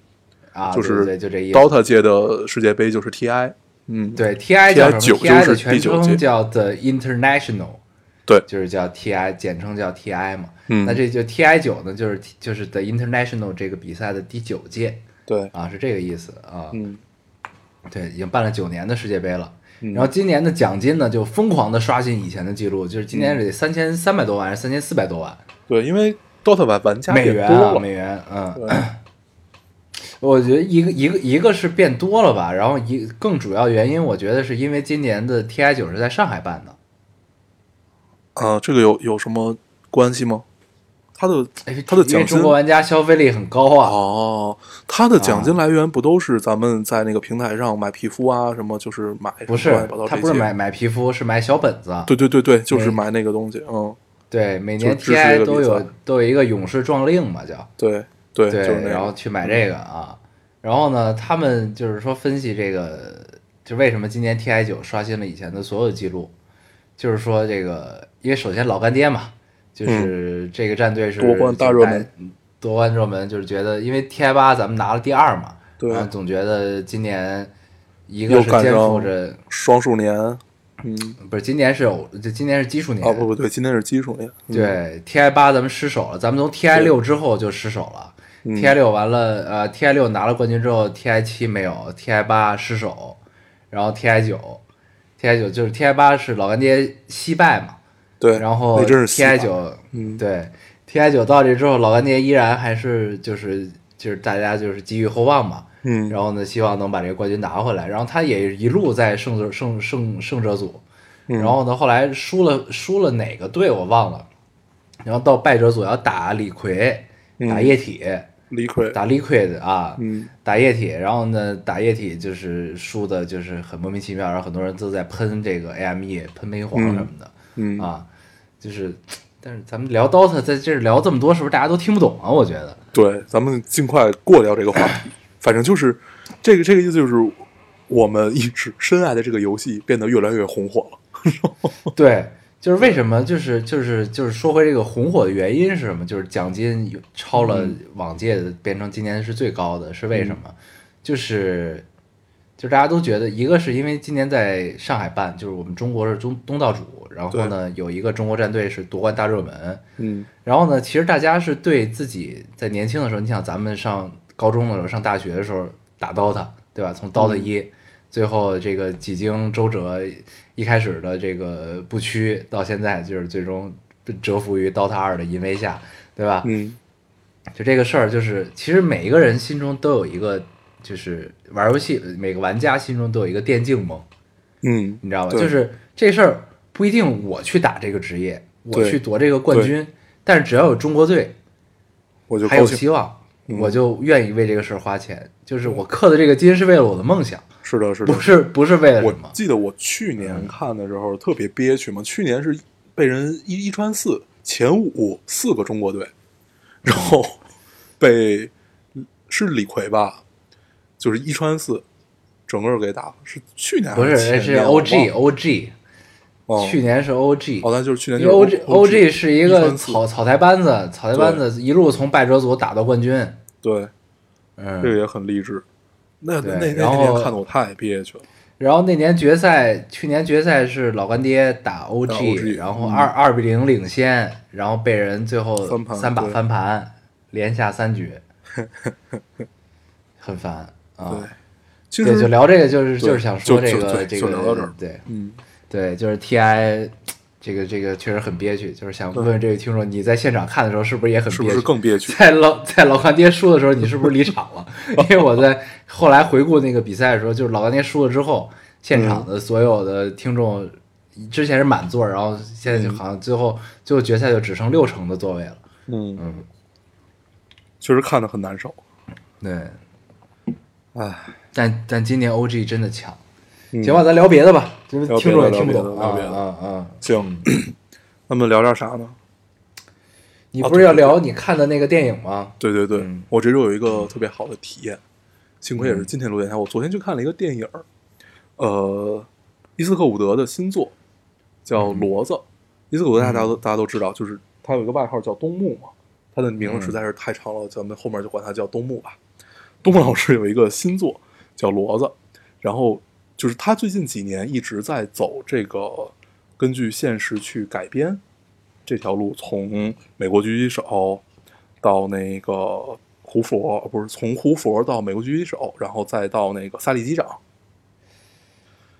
S2: 啊，
S1: 就
S2: 对
S1: 是
S2: 对对就这意思。
S1: DOTA 界的世界杯就是 TI。嗯，
S2: 对 T I 叫什么
S1: TI9
S2: T I 的
S1: 就是
S2: 全
S1: 第九届
S2: 称叫 The International，
S1: 对
S2: 就是叫 T I，简称叫 T I 嘛。
S1: 嗯
S2: 那这就 T I 九呢，就是 T- 就是 The International 这个比赛的第九届
S1: 对，
S2: 啊，是这个意思啊。
S1: 嗯，
S2: 对，已经办了九年的世界杯了。
S1: 嗯
S2: 然后今年的奖金呢，就疯狂的刷新以前的记录，就是今
S1: 嗯
S2: 年得三千三百多万还是三千四百多万，
S1: 对，因为 DOTA 玩玩家
S2: 美
S1: 变
S2: 元
S1: 多
S2: 啊，
S1: 了，
S2: 美元，嗯，
S1: 对，
S2: 我觉得一个一个一个是变多了吧，然后一更主要原因，我觉得是因为今年的 TI 九是在上海办的，
S1: 啊，这个有有什么关系吗？它的
S2: 哎
S1: 它的
S2: 因
S1: 奖
S2: 为
S1: 金
S2: 中国玩家消费力很高啊，
S1: 哦，它的奖金来源不都是咱们在那个平台上买皮肤啊，什么就是买
S2: 不
S1: 什么
S2: 是
S1: 乱七八糟，
S2: 他
S1: 这
S2: 不是
S1: 些
S2: 买买皮肤，是买小本子，
S1: 对对对对，就是
S2: 对
S1: 买那个东西，嗯，
S2: 对，每年
S1: 就支持
S2: TI
S1: 这个
S2: 都
S1: 比赛
S2: 有都有一个勇士壮令嘛，叫
S1: 对对，
S2: 对，
S1: 就是那
S2: 然后
S1: 个，
S2: 去买这个啊。然后呢，他们就是说分析这个，就为什么今年 TI 九刷新了以前的所有记录，就是说这个，因为首先老干爹嘛，就是这个战队是
S1: 嗯夺冠大热门，
S2: 夺冠热门就是觉得，因为 TI 八咱们拿了第二嘛，
S1: 对
S2: 然后总觉得今年一
S1: 又
S2: 个是
S1: 赶
S2: 肩
S1: 上
S2: 负着，
S1: 双数年，嗯，
S2: 不是今年是有，就今年是基数年，
S1: 哦不不对，今天是基数年，嗯，
S2: 对 TI 八咱们失手了，咱们从 TI 六之后就失手了。TI
S1: 嗯
S2: 六完了，呃，TI 六拿了冠军之后，TI 七没有，TI 八失手，然后 TI 九，TI 九就是 TI 八是老干爹惜败嘛，
S1: 对，
S2: 然后
S1: 那真是稀
S2: TI
S1: 罕，
S2: 九，
S1: 嗯
S2: 对，TI 九到这之后，老干爹依然还是就是就是大家就是寄予厚望嘛，
S1: 嗯，
S2: 然后呢，希望能把这个冠军拿回来。然后他也一路在胜者胜胜胜者组，
S1: 嗯
S2: 然后呢，后来输了输了哪个队我忘了，然后到败者组要打李逵，打液体，
S1: 李逵，
S2: 打 Liquid 啊，
S1: 嗯
S2: 打液体，然后呢，打液体就是输的，就是很莫名其妙，然后很多人都在喷这个 AME、喷梅皇什么的，
S1: 嗯
S2: 啊，就是，但是咱们聊 DOTA 在这儿聊这么多，是不是大家都听不懂啊？我觉得，
S1: 对，咱们尽快过掉这个话题，反正就是这个这个意思，就是我们一直深爱的这个游戏变得越来越红火了。
S2: 对，就是为什么，就是就是就是说回这个红火的原因是什么？就是奖金有超了往届的，变成今年是最高的，是为什么？就是就大家都觉得，一个是因为今年在上海办，就是我们中国是东东道主，然后呢有一个中国战队是夺冠大热门，
S1: 嗯
S2: 然后呢，其实大家是对自己在年轻的时候，你想咱们上高中的时候、上大学的时候打 DOTA，对吧？从 DOTA 一、
S1: 嗯
S2: 最后这个几经周折，一开始的这个不屈，到现在就是最终折服于 DOTA 二的淫威下，对吧？
S1: 嗯，
S2: 就这个事儿，就是其实每一个人心中都有一个，就是玩游戏每个玩家心中都有一个电竞梦，
S1: 嗯，
S2: 你知道吧？
S1: 对
S2: 就是这事儿不一定我去打这个职业，我
S1: 对
S2: 去夺这个冠军，但是只要有中国队，
S1: 我就
S2: 还有
S1: 高兴。
S2: 希望，
S1: 嗯
S2: 我就愿意为这个事儿花钱。就是我氪的这个金是为了我的梦想，
S1: 是的，是的
S2: 不，是不是嗯为了
S1: 我
S2: 什么。
S1: 记得我去年看的时候特别憋屈嘛，去年是被人一一穿四前五四个中国队，然后被是李逵吧，就是一穿四整个给打了，是去年
S2: 不
S1: 还
S2: 是
S1: 前年
S2: 是
S1: 我
S2: OG
S1: 忘了
S2: OG，、
S1: 哦
S2: 去年是 OG，、
S1: 哦，那就是去年
S2: 因
S1: 就
S2: 为
S1: 是
S2: OG OG 是一个
S1: 穿四
S2: 草草台班子，草台班子一路从败者组打到冠军，
S1: 对，这
S2: 嗯。
S1: 个也很励志。那那那
S2: 对
S1: 那
S2: 然后
S1: 天看的我太憋屈了，
S2: 然后那年决赛，去年决赛是老干爹打 OG，,
S1: 打 OG
S2: 然后
S1: 嗯
S2: 二二比零领先，然后被人最后
S1: 翻盘
S2: 三把
S1: 对
S2: 翻盘，连下三 局，很烦啊。
S1: 对，其
S2: 对，就
S1: 实
S2: 聊这个，就是
S1: 对
S2: 就是想说
S1: 就
S2: 这
S1: 就
S2: 个
S1: 对
S2: 这
S1: 就
S2: 个
S1: 聊到这儿
S2: 对
S1: 嗯，
S2: 对，就是 TI 这个这个确实很憋屈，就是想问问这位听众，你在现场看的时候是不是也很憋
S1: 是
S2: 屈？
S1: 不是更憋屈？
S2: 在老在老干爹输的时候，你是不是离场了？ 因为我在后来回顾那个比赛的时候，就是老干爹输了之后，现场
S1: 嗯
S2: 的所有的听众之前是满座，然后现在就好像最后最后决赛就只剩六成的座位了。
S1: 嗯，
S2: 嗯，
S1: 确实看的很难受。
S2: 对，
S1: 唉，
S2: 但但今年 OG 真的强。
S1: 嗯
S2: 行吧，咱聊别的吧，就是
S1: 聊别
S2: 听
S1: 的
S2: 众也听不懂
S1: 聊别的聊别的
S2: 啊啊啊！
S1: 行， 那么聊点啥呢？哦
S2: 你不是要聊你看的那个电影吗？
S1: 对对对，
S2: 嗯
S1: 我这周有一个特别好的体验，幸亏也是今天录电台。我昨天去看了一个电影儿，呃，伊斯克伍德的新作叫《骡子》。伊斯克伍德大家都、大家都知道，就是他有一个外号叫东木嘛，他的名字实在是太长了，咱们后面就管他叫东木吧。东木老师有一个新作叫《骡子》，然后就是他最近几年一直在走这个根据现实去改编这条路，从美国狙击手到那个胡佛，呃不是从胡佛到美国狙击手，然后再到那个萨利机长，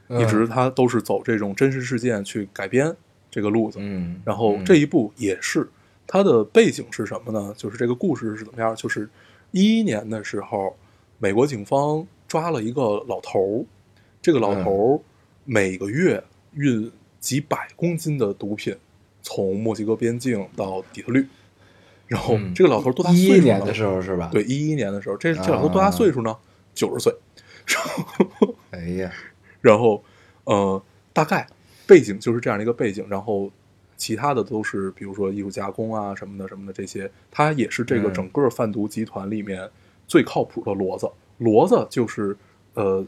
S2: 嗯
S1: 一直他都是走这种真实事件去改编这个路子。
S2: 嗯，嗯
S1: 然后这一部也是它的背景是什么呢？就是这个故事是怎么样？就是一一年的时候，美国警方抓了一个老头儿，这个老
S2: 嗯
S1: 头儿每个月运几百公斤的毒品从墨西哥边境到底特律，然后
S2: 嗯
S1: 这个老头儿多大
S2: 一
S1: 岁
S2: 一
S1: 数
S2: 年
S1: 了
S2: 的？时候是吧？，
S1: 对，一一年的时候，这这老头儿多大
S2: 啊
S1: 岁数呢？九十岁。
S2: 哎呀，
S1: 然后，呃，大概背景就是这样的一个背景，然后其他的都是比如说艺术加工啊什么的什么的这些，它也是这个
S2: 嗯
S1: 整个贩毒集团里面最靠谱的骡子。骡子就是呃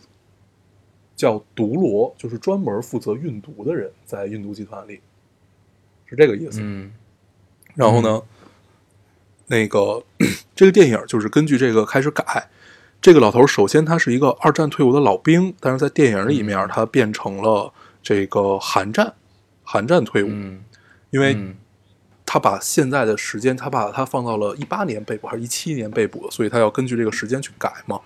S1: 叫毒骡，就是专门负责运毒的人，在运毒集团里是这个意思。
S2: 嗯
S1: 然后呢，那个 这个电影就是根据这个开始改。这个老头儿首先他是一个二战退伍的老兵，但是在电影里
S2: 嗯
S1: 面他变成了这个韩战，韩战退伍，
S2: 嗯，
S1: 因为
S2: 嗯
S1: 他把现在的时间，他把他放到了一八年被捕还是一七年被捕，所以他要根据这个时间去改嘛。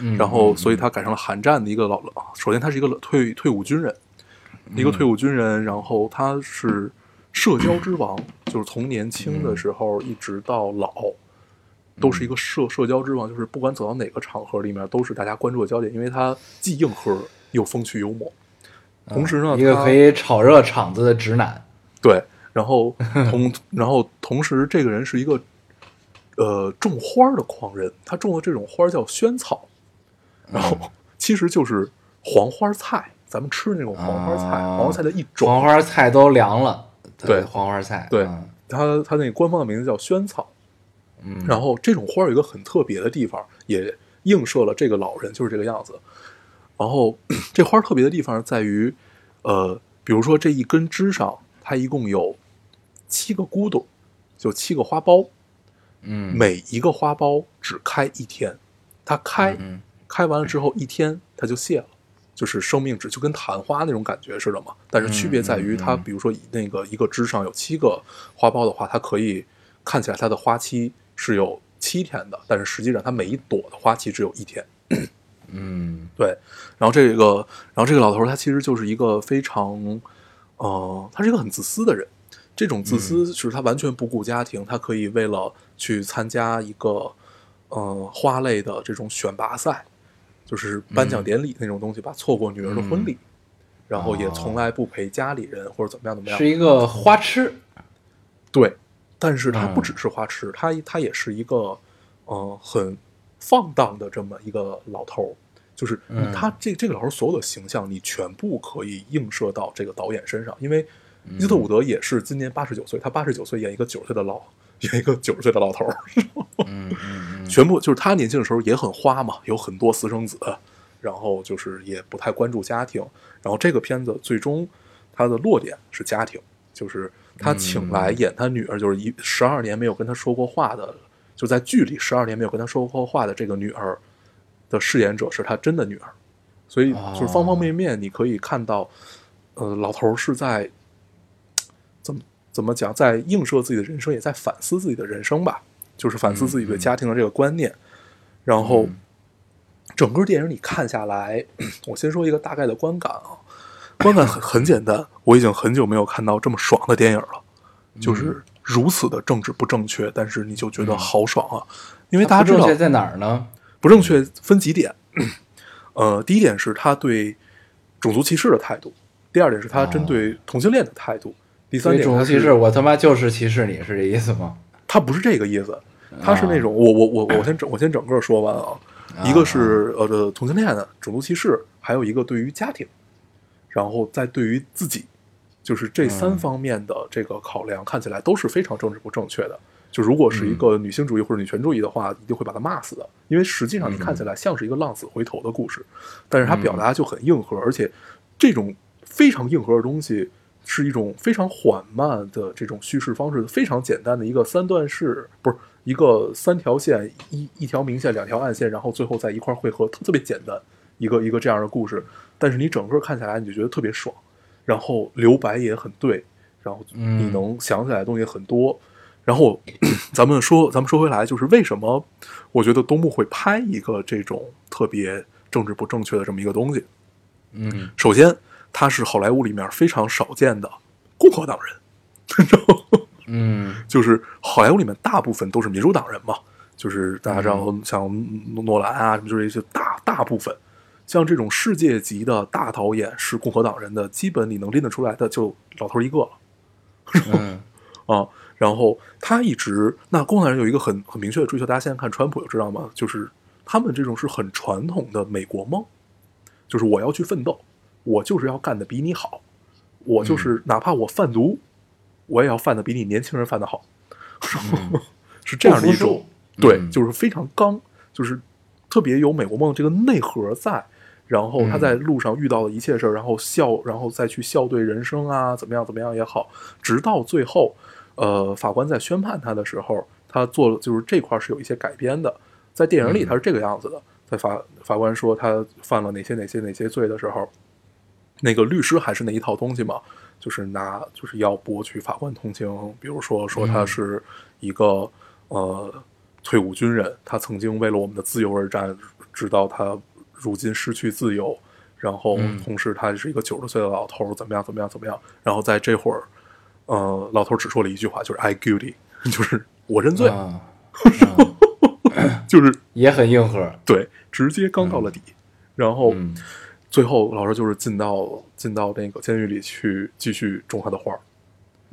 S2: 嗯
S1: 然后所以他改成了韩战的一个老，首先他是一个退退伍军人，一个退伍军人，然后他是社交之王，就是从年轻的时候一直到老，都是一个社社交之王，就是不管走到哪个场合里面，都是大家关注的焦点，因为他既硬核又风趣幽默。同时呢，
S2: 啊一个
S1: 他
S2: 可以炒热场子的直男，
S1: 对，然后 同然后同时，这个人是一个呃种花儿的狂人，他种的这种花儿叫萱草，然后
S2: 嗯
S1: 其实就是黄花菜，咱们吃的那种黄花菜，
S2: 啊
S1: 黄花菜的一种，
S2: 黄花菜都凉了。
S1: 对
S2: 黄花菜，
S1: 对
S2: 嗯，
S1: 它它那官方的名字叫萱草。
S2: 嗯
S1: 然后这种花儿有一个很特别的地方，也映射了这个老人就是这个样子。然后 这花儿特别的地方在于，呃，比如说这一根枝上，它一共有七个骨朵，就七个花苞，
S2: 嗯，
S1: 每一个花苞只开一天，它开
S2: 嗯
S1: 开完了之后一天它就谢了，就是生命只就跟昙花那种感觉似的嘛。但是区别在于
S2: 嗯嗯
S1: 它，
S2: 嗯
S1: 比如说以那个一个枝上有七个花苞的话，它可以看起来它的花期是有七天的，但是实际上它每一朵的花期只有一天。
S2: 嗯
S1: 对，然后这个，然后这个老头儿他其实就是一个非常，呃，他是一个很自私的人。这种自私就是他完全不顾家庭，他可以为了去参加一个，呃，花类的这种选拔赛，就是颁奖典礼那种东西吧，错过女儿的婚礼，然后也从来不陪家里人或者怎么样怎么
S2: 嗯，
S1: 样。
S2: 是一个花痴，
S1: 对，但是他
S2: 嗯
S1: 不只是花痴，他他也是一个呃很放荡的这么一个老头儿，就是你
S2: 嗯
S1: 他这这个老头儿所有的形象，你全部可以映射到这个导演身上，因为
S2: 嗯
S1: 伊斯特伍德也是今年八十九岁，他八十九岁演一个九十岁的老。演一个九十岁的老头儿，
S2: 嗯嗯
S1: 全部就是他年轻的时候也很花嘛，有很多私生子，然后就是也不太关注家庭。然后这个片子最终它的落点是家庭，就是他请来演他女儿，就是一十二年没有跟他说过话的，就在剧里十二年没有跟他说过话的这个女儿的饰演者是他真的女儿，所以就是方方面面你可以看到，呃，老头儿是在怎么怎么讲，在映射自己的人生，也在反思自己的人生吧，就是反思自己对家庭的这个观念。然后，整个电影你看下来， 我先说一个大概的观感啊，观感很很简单，我已经很久没有看到这么爽的电影了，就是如此的政治不正确，但是你就觉得好爽啊，因为
S2: 嗯，
S1: 大家知
S2: 它不
S1: 道
S2: 正确在哪儿呢？
S1: 不正确分几点，呃，第一点是他对种族歧视的态度，第二点是他针对同性恋的态度，第三
S2: 所以
S1: 点
S2: 啊种
S1: 他
S2: 族歧
S1: 是
S2: 视，我他妈就是歧视你，是这意思吗？
S1: 他不是这个意思，他是那种我我我我先整我先整个说完啊，一个是呃同性恋的种族歧视，还有一个对于家庭，然后再对于自己，就是这三
S2: 嗯
S1: 方面的这个考量，看起来都是非常政治不正确的。就如果是一个女性主义或者女权主义的话，一定会把她骂死的，因为实际上你看起来像是一个浪子回头的故事，但是它表达就很硬核，而且这种非常硬核的东西是一种非常缓慢的这种叙事方式，非常简单的一个三段式，不是一个三条线，一一条明线，两条暗线，然后最后在一块儿汇合，特特别简单，一个一个这样的故事，但是你整个看下来你就觉得特别爽，然后留白也很对，然后你
S2: 嗯
S1: 能想起来的东西很多。然后 咱们说，咱们说回来，就是为什么我觉得东木会拍一个这种特别政治不正确的这么一个东西？
S2: 嗯，
S1: 首先，他是好莱坞里面非常少见的共和党人，然后
S2: 嗯
S1: 就是好莱坞里面大部分都是民主党人嘛，就是大家知道像诺诺兰啊什么，就是一些大大部分，像这种世界级的大导演是共和党人的，基本你能拎得出来的就老头一个了。
S2: 嗯
S1: 啊。然后他一直，那共和党人有一个很很明确的追求，大家现在看川普就知道吗？就是他们这种是很传统的美国梦，就是我要去奋斗，我就是要干的比你好，我就是、哪怕我贩毒，我也要贩的比你年轻人贩的好， 是这样的一
S2: 不服
S1: 种
S2: 输，
S1: 对，
S2: 嗯
S1: 就是非常刚，就是特别有美国梦这个内核在。然后他在路上遇到的一切事儿，然后笑，然后再去笑对人生啊，怎么样怎么样也好，直到最后，呃，法官在宣判他的时候，他做了就是这块儿是有一些改编的，在电影里他是这个样子的，在法法官说他犯了哪些哪些哪些罪的时候，那个律师还是那一套东西嘛，就是拿就是要博取法官同情，比如说说
S2: 嗯
S1: 他是一个、呃退伍军人，他曾经为了我们的自由而战，直到他如今失去自由，然后
S2: 嗯
S1: 同时他是一个九十岁的老头儿，怎么样怎么样怎么样，然后在这会儿，呃，老头儿只说了一句话，就是 I guilty，就是 我认罪，
S2: 啊，
S1: 就是
S2: 也很硬核。
S1: 对，直接刚到了底，然后。
S2: 嗯
S1: 最后老师就是进到进到那个监狱里去继续种他的花儿，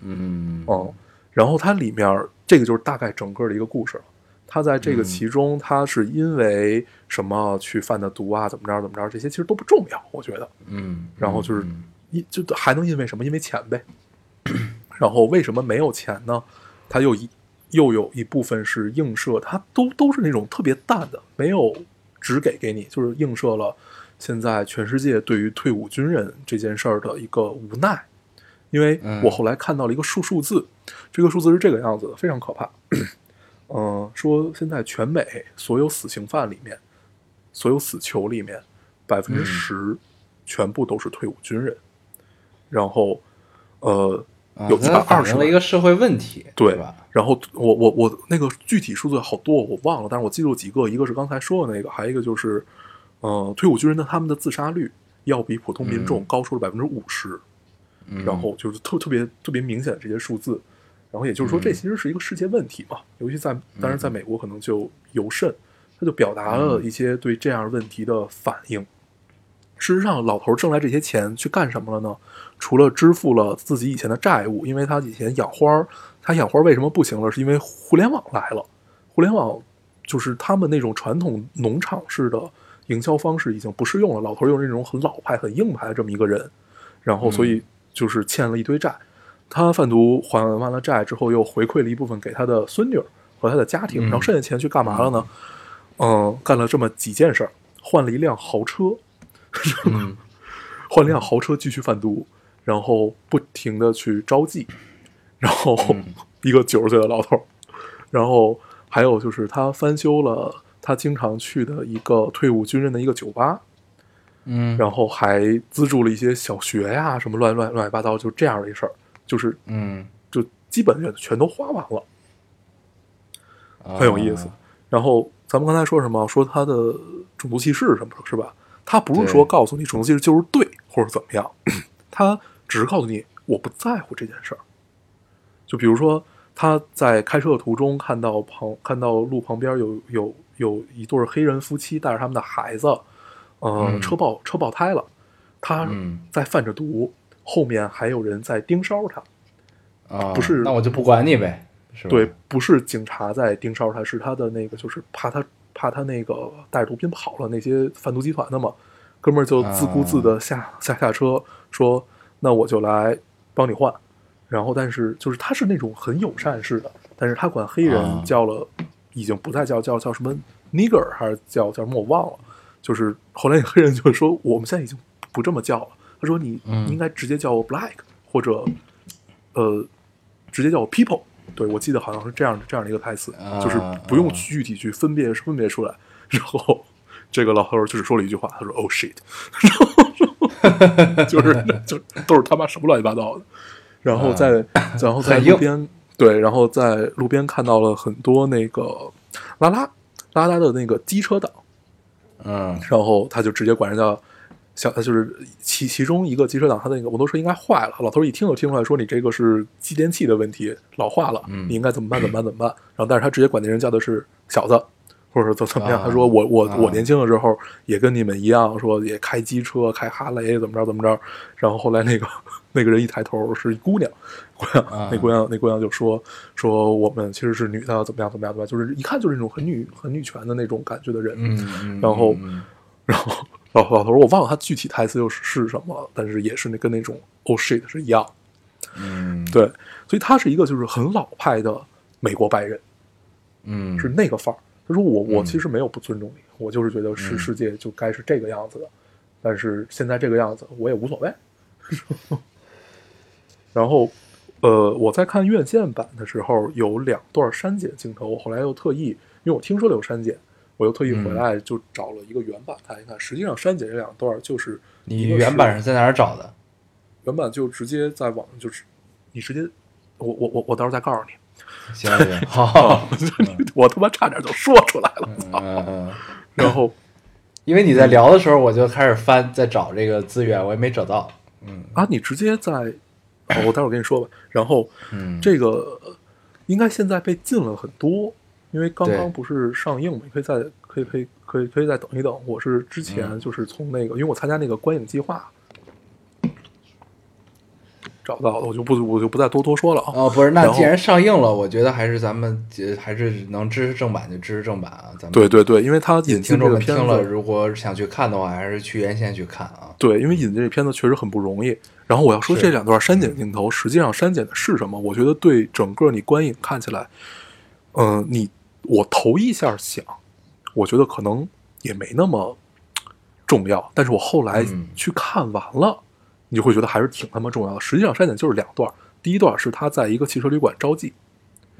S2: 嗯
S1: 嗯，然后它里面儿这个就是大概整个的一个故事了。他在这个
S2: 嗯
S1: 其中，他是因为什么去贩的毒啊，怎么着怎么着，这些其实都不重要，我觉得。
S2: 嗯，
S1: 然后就是
S2: 嗯
S1: 一就还能因为什么？因为钱呗。 然后为什么没有钱呢？他又一又有一部分是映射，他都都是那种特别淡的，没有只给给你，就是映射了现在全世界对于退伍军人这件事儿的一个无奈。因为
S2: 嗯
S1: 我后来看到了一个数数字，这个数字是这个样子的，非常可怕。嗯、说现在全美所有死刑犯里面，所有死囚里面，百
S2: 嗯
S1: 分之十全部都是退伍军人，然后呃
S2: 啊
S1: 有一
S2: 它
S1: 百
S2: 反
S1: 二十
S2: 映了一个社会问题，
S1: 对
S2: 是吧？
S1: 然后我我我那个具体数字好多我忘了，但是我记住几个，一个是刚才说的那个，还有一个就是，呃，退伍军人的他们的自杀率要比普通民众
S2: 嗯
S1: 高出了百分之五十，
S2: 嗯
S1: 然后就是特特别特别明显的这些数字，然后也就是说
S2: 嗯
S1: 这其实是一个世界问题嘛，尤其在当然在美国可能就尤甚，他就表达
S2: 嗯
S1: 了一些对这样问题的反应。事实上，老头儿挣来这些钱去干什么了呢？除了支付了自己以前的债务，因为他以前养花儿，他养花儿为什么不行了？是因为互联网来了，互联网就是他们那种传统农场式的营销方式已经不适用了。老头儿又是那种很老派、很硬派的这么一个人，然后所以就是欠了一堆债。他贩毒还完了债之后，又回馈了一部分给他的孙女儿和他的家庭，
S2: 嗯
S1: 然后剩下钱去干嘛了呢？嗯，干了这么几件事儿，换了一辆豪车，
S2: 嗯
S1: 换辆豪车继续贩毒，然后不停的去招妓，然后
S2: 嗯
S1: 一个九十岁的老头儿，然后还有就是他翻修了他经常去的一个退伍军人的一个酒吧，
S2: 嗯，
S1: 然后还资助了一些小学呀、什么乱乱乱七八糟就这样的一事儿，就是
S2: 嗯
S1: 就基本上全都花完了。
S2: 很嗯
S1: 很有意思。
S2: 哦
S1: 然后咱们刚才说什么？说他的种族歧视什么的，是吧？他不是说
S2: 对
S1: 告诉你种族歧视就是对或者怎么样， 他只是告诉你我不在乎这件事儿。就比如说他在开车的途中看到旁看到路旁边有有有一对黑人夫妻带着他们的孩子，呃，
S2: 嗯
S1: 车爆车爆胎了，他
S2: 嗯
S1: 在贩着毒，后面还有人在盯梢他。
S2: 啊，
S1: 不是
S2: 那我就不管你呗，是吧？
S1: 对，不是警察在盯梢他，是他的那个，就是怕他怕他那个带着毒品跑了那些贩毒集团的嘛。哥们儿就自顾自
S2: 啊
S1: 的下、下下车说：“那我就来帮你换。”然后，但是就是他是那种很友善式的，但是他管黑
S2: 啊
S1: 人叫了，已经不再叫叫叫什么 nigger 还是叫叫什么我忘了。就是后来那黑人就说：“我们现在已经不这么叫了。”他说你：“你、
S2: 嗯
S1: 应该直接叫我 black 或者呃直接叫我 people。”对，我记得好像是这样这样的一个台词，
S2: 啊
S1: 就是不用
S2: 啊
S1: 具体去分辨分别出来。然后这个老头儿就只说了一句话，他说：“Oh shit！” 然后就是就是都是他妈什么乱七八糟的。然后在、然后在
S2: 啊很硬
S1: 路边对，然后在路边看到了很多那个拉拉拉拉的那个机车党，
S2: 嗯
S1: 然后他就直接管人家小，就是其其中一个机车党，他的那个摩托车应该坏了。老头一听就听出来说你这个是继电器的问题，老化了，
S2: 嗯
S1: 你应该怎么办？怎么办？怎么办？然后但是他直接管那人叫的是小子，或者说怎么样？
S2: 啊
S1: 他说我我
S2: 啊
S1: 我年轻的时候也跟你们一样，说也开机车，开哈雷，怎么着怎么着。然后后来那个那个人一抬头是一姑娘，姑娘
S2: 啊
S1: 那姑娘那姑娘就说说我们其实是女的，怎么样怎么样怎么样，就是一看就是那种很女很女权的那种感觉的人。
S2: 嗯嗯，
S1: 然后
S2: 嗯
S1: 然后老老头儿，我忘了他具体台词又是是什么，但是也是那跟那种 oh shit 是一样。
S2: 嗯
S1: 对，所以他是一个就是很老派的美国白人，
S2: 嗯
S1: 是那个范儿。他说我我
S2: 嗯
S1: 其实没有不尊重你，我就是觉得是
S2: 嗯
S1: 世界就该是这个样子的，但是现在这个样子我也无所谓。 然后，呃，我在看院线版的时候有两段删减镜头，我后来又特意，因为我听说了有删减，我又特意
S2: 嗯
S1: 回来就找了一个原版看一看。实际上删减这两段就是
S2: 你
S1: 一个
S2: 原版是在哪儿找的？
S1: 原版就直接在网上就是，你直接，我我我我到时候再告诉你，
S2: 行行，好，
S1: 哦我他妈差点就说出来了。
S2: 嗯嗯嗯，
S1: 然后
S2: 因为你在聊的时候，我就开始翻，在找这个资源，我也没找到。
S1: 啊，你直接在，好，我待会儿跟你说吧。然后
S2: 嗯，
S1: 这个呃应该现在被禁了很多，因为刚
S2: 对
S1: 刚不是上映嘛，你可以再可以可以可以可以再等一等。我是之前
S2: 嗯
S1: 就是从那个，因为我参加那个观影计划找到的，我就不我就不再多多说了啊。
S2: 哦，不是，那
S1: 然后
S2: 既然上映了，我觉得还是咱们呃还是能支持正版就支持正版啊。咱们
S1: 对对对，因为他引进
S2: 听
S1: 这
S2: 众
S1: 个
S2: 们
S1: 片
S2: 听
S1: 子
S2: 了，如果想去看的话，还是去原先去看啊。
S1: 对，因为引进这片子确实很不容易。然后我要说
S2: 是嗯
S1: 这两段删减镜头，实际上删减的是什么？我觉得对整个你观影呃看起来，嗯、你我头一下想，我觉得可能也没那么重要。但是我后来
S2: 嗯
S1: 去看完了，你就会觉得还是挺他妈重要的。实际上，删减就是两段儿，第一段是他在一个汽车旅馆招妓，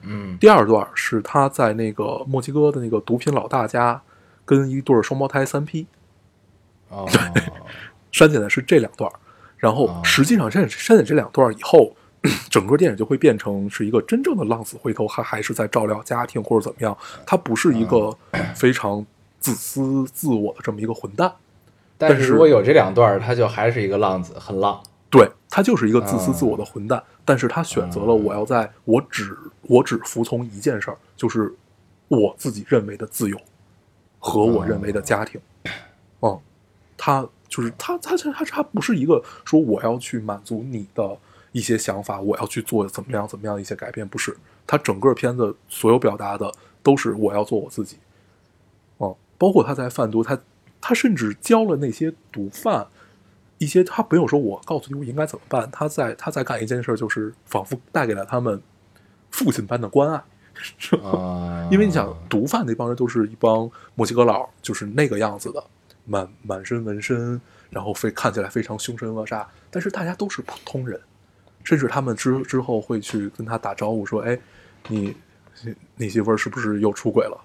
S2: 嗯
S1: 第二段是他在那个墨西哥的那个毒品老大家跟一对儿双胞胎三 P，
S2: 哦，
S1: 删减的是这两段儿，然后
S2: 哦
S1: 实际上删减删减这两段儿以后， 整个电影就会变成是一个真正的浪子回头，他还是在照料家庭或者怎么样，他不是一个 非常自私自我的这么一个混蛋，
S2: 但
S1: 但
S2: 是
S1: 是
S2: 如果有这两段儿，他就还是一个浪子，很 浪。
S1: 对他就是一个自私自我的混蛋，但是他选择了我要在我只我只服从一件事儿，就是我自己认为的自由和我认为的家庭。嗯，他就是他他他他他不是一个说我要去满足你的一些想法，我要去做怎么样怎么样的一些改变，不是。他整个片子所有表达的都是我要做我自己，哦，包括他在贩毒，他他甚至教了那些毒贩一些，他没有说我告诉你我应该怎么办，他在他在干一件事，就是仿佛带给了他们父亲般的关爱。
S2: 啊，
S1: 因为你想，毒贩那帮人都是一帮墨西哥佬，就是那个样子的，满满身纹身，然后非看起来非常凶神恶煞，但是大家都是普通人，甚至他们之之后会去跟他打招呼说：“哎，你你你媳妇儿是不是又出轨了？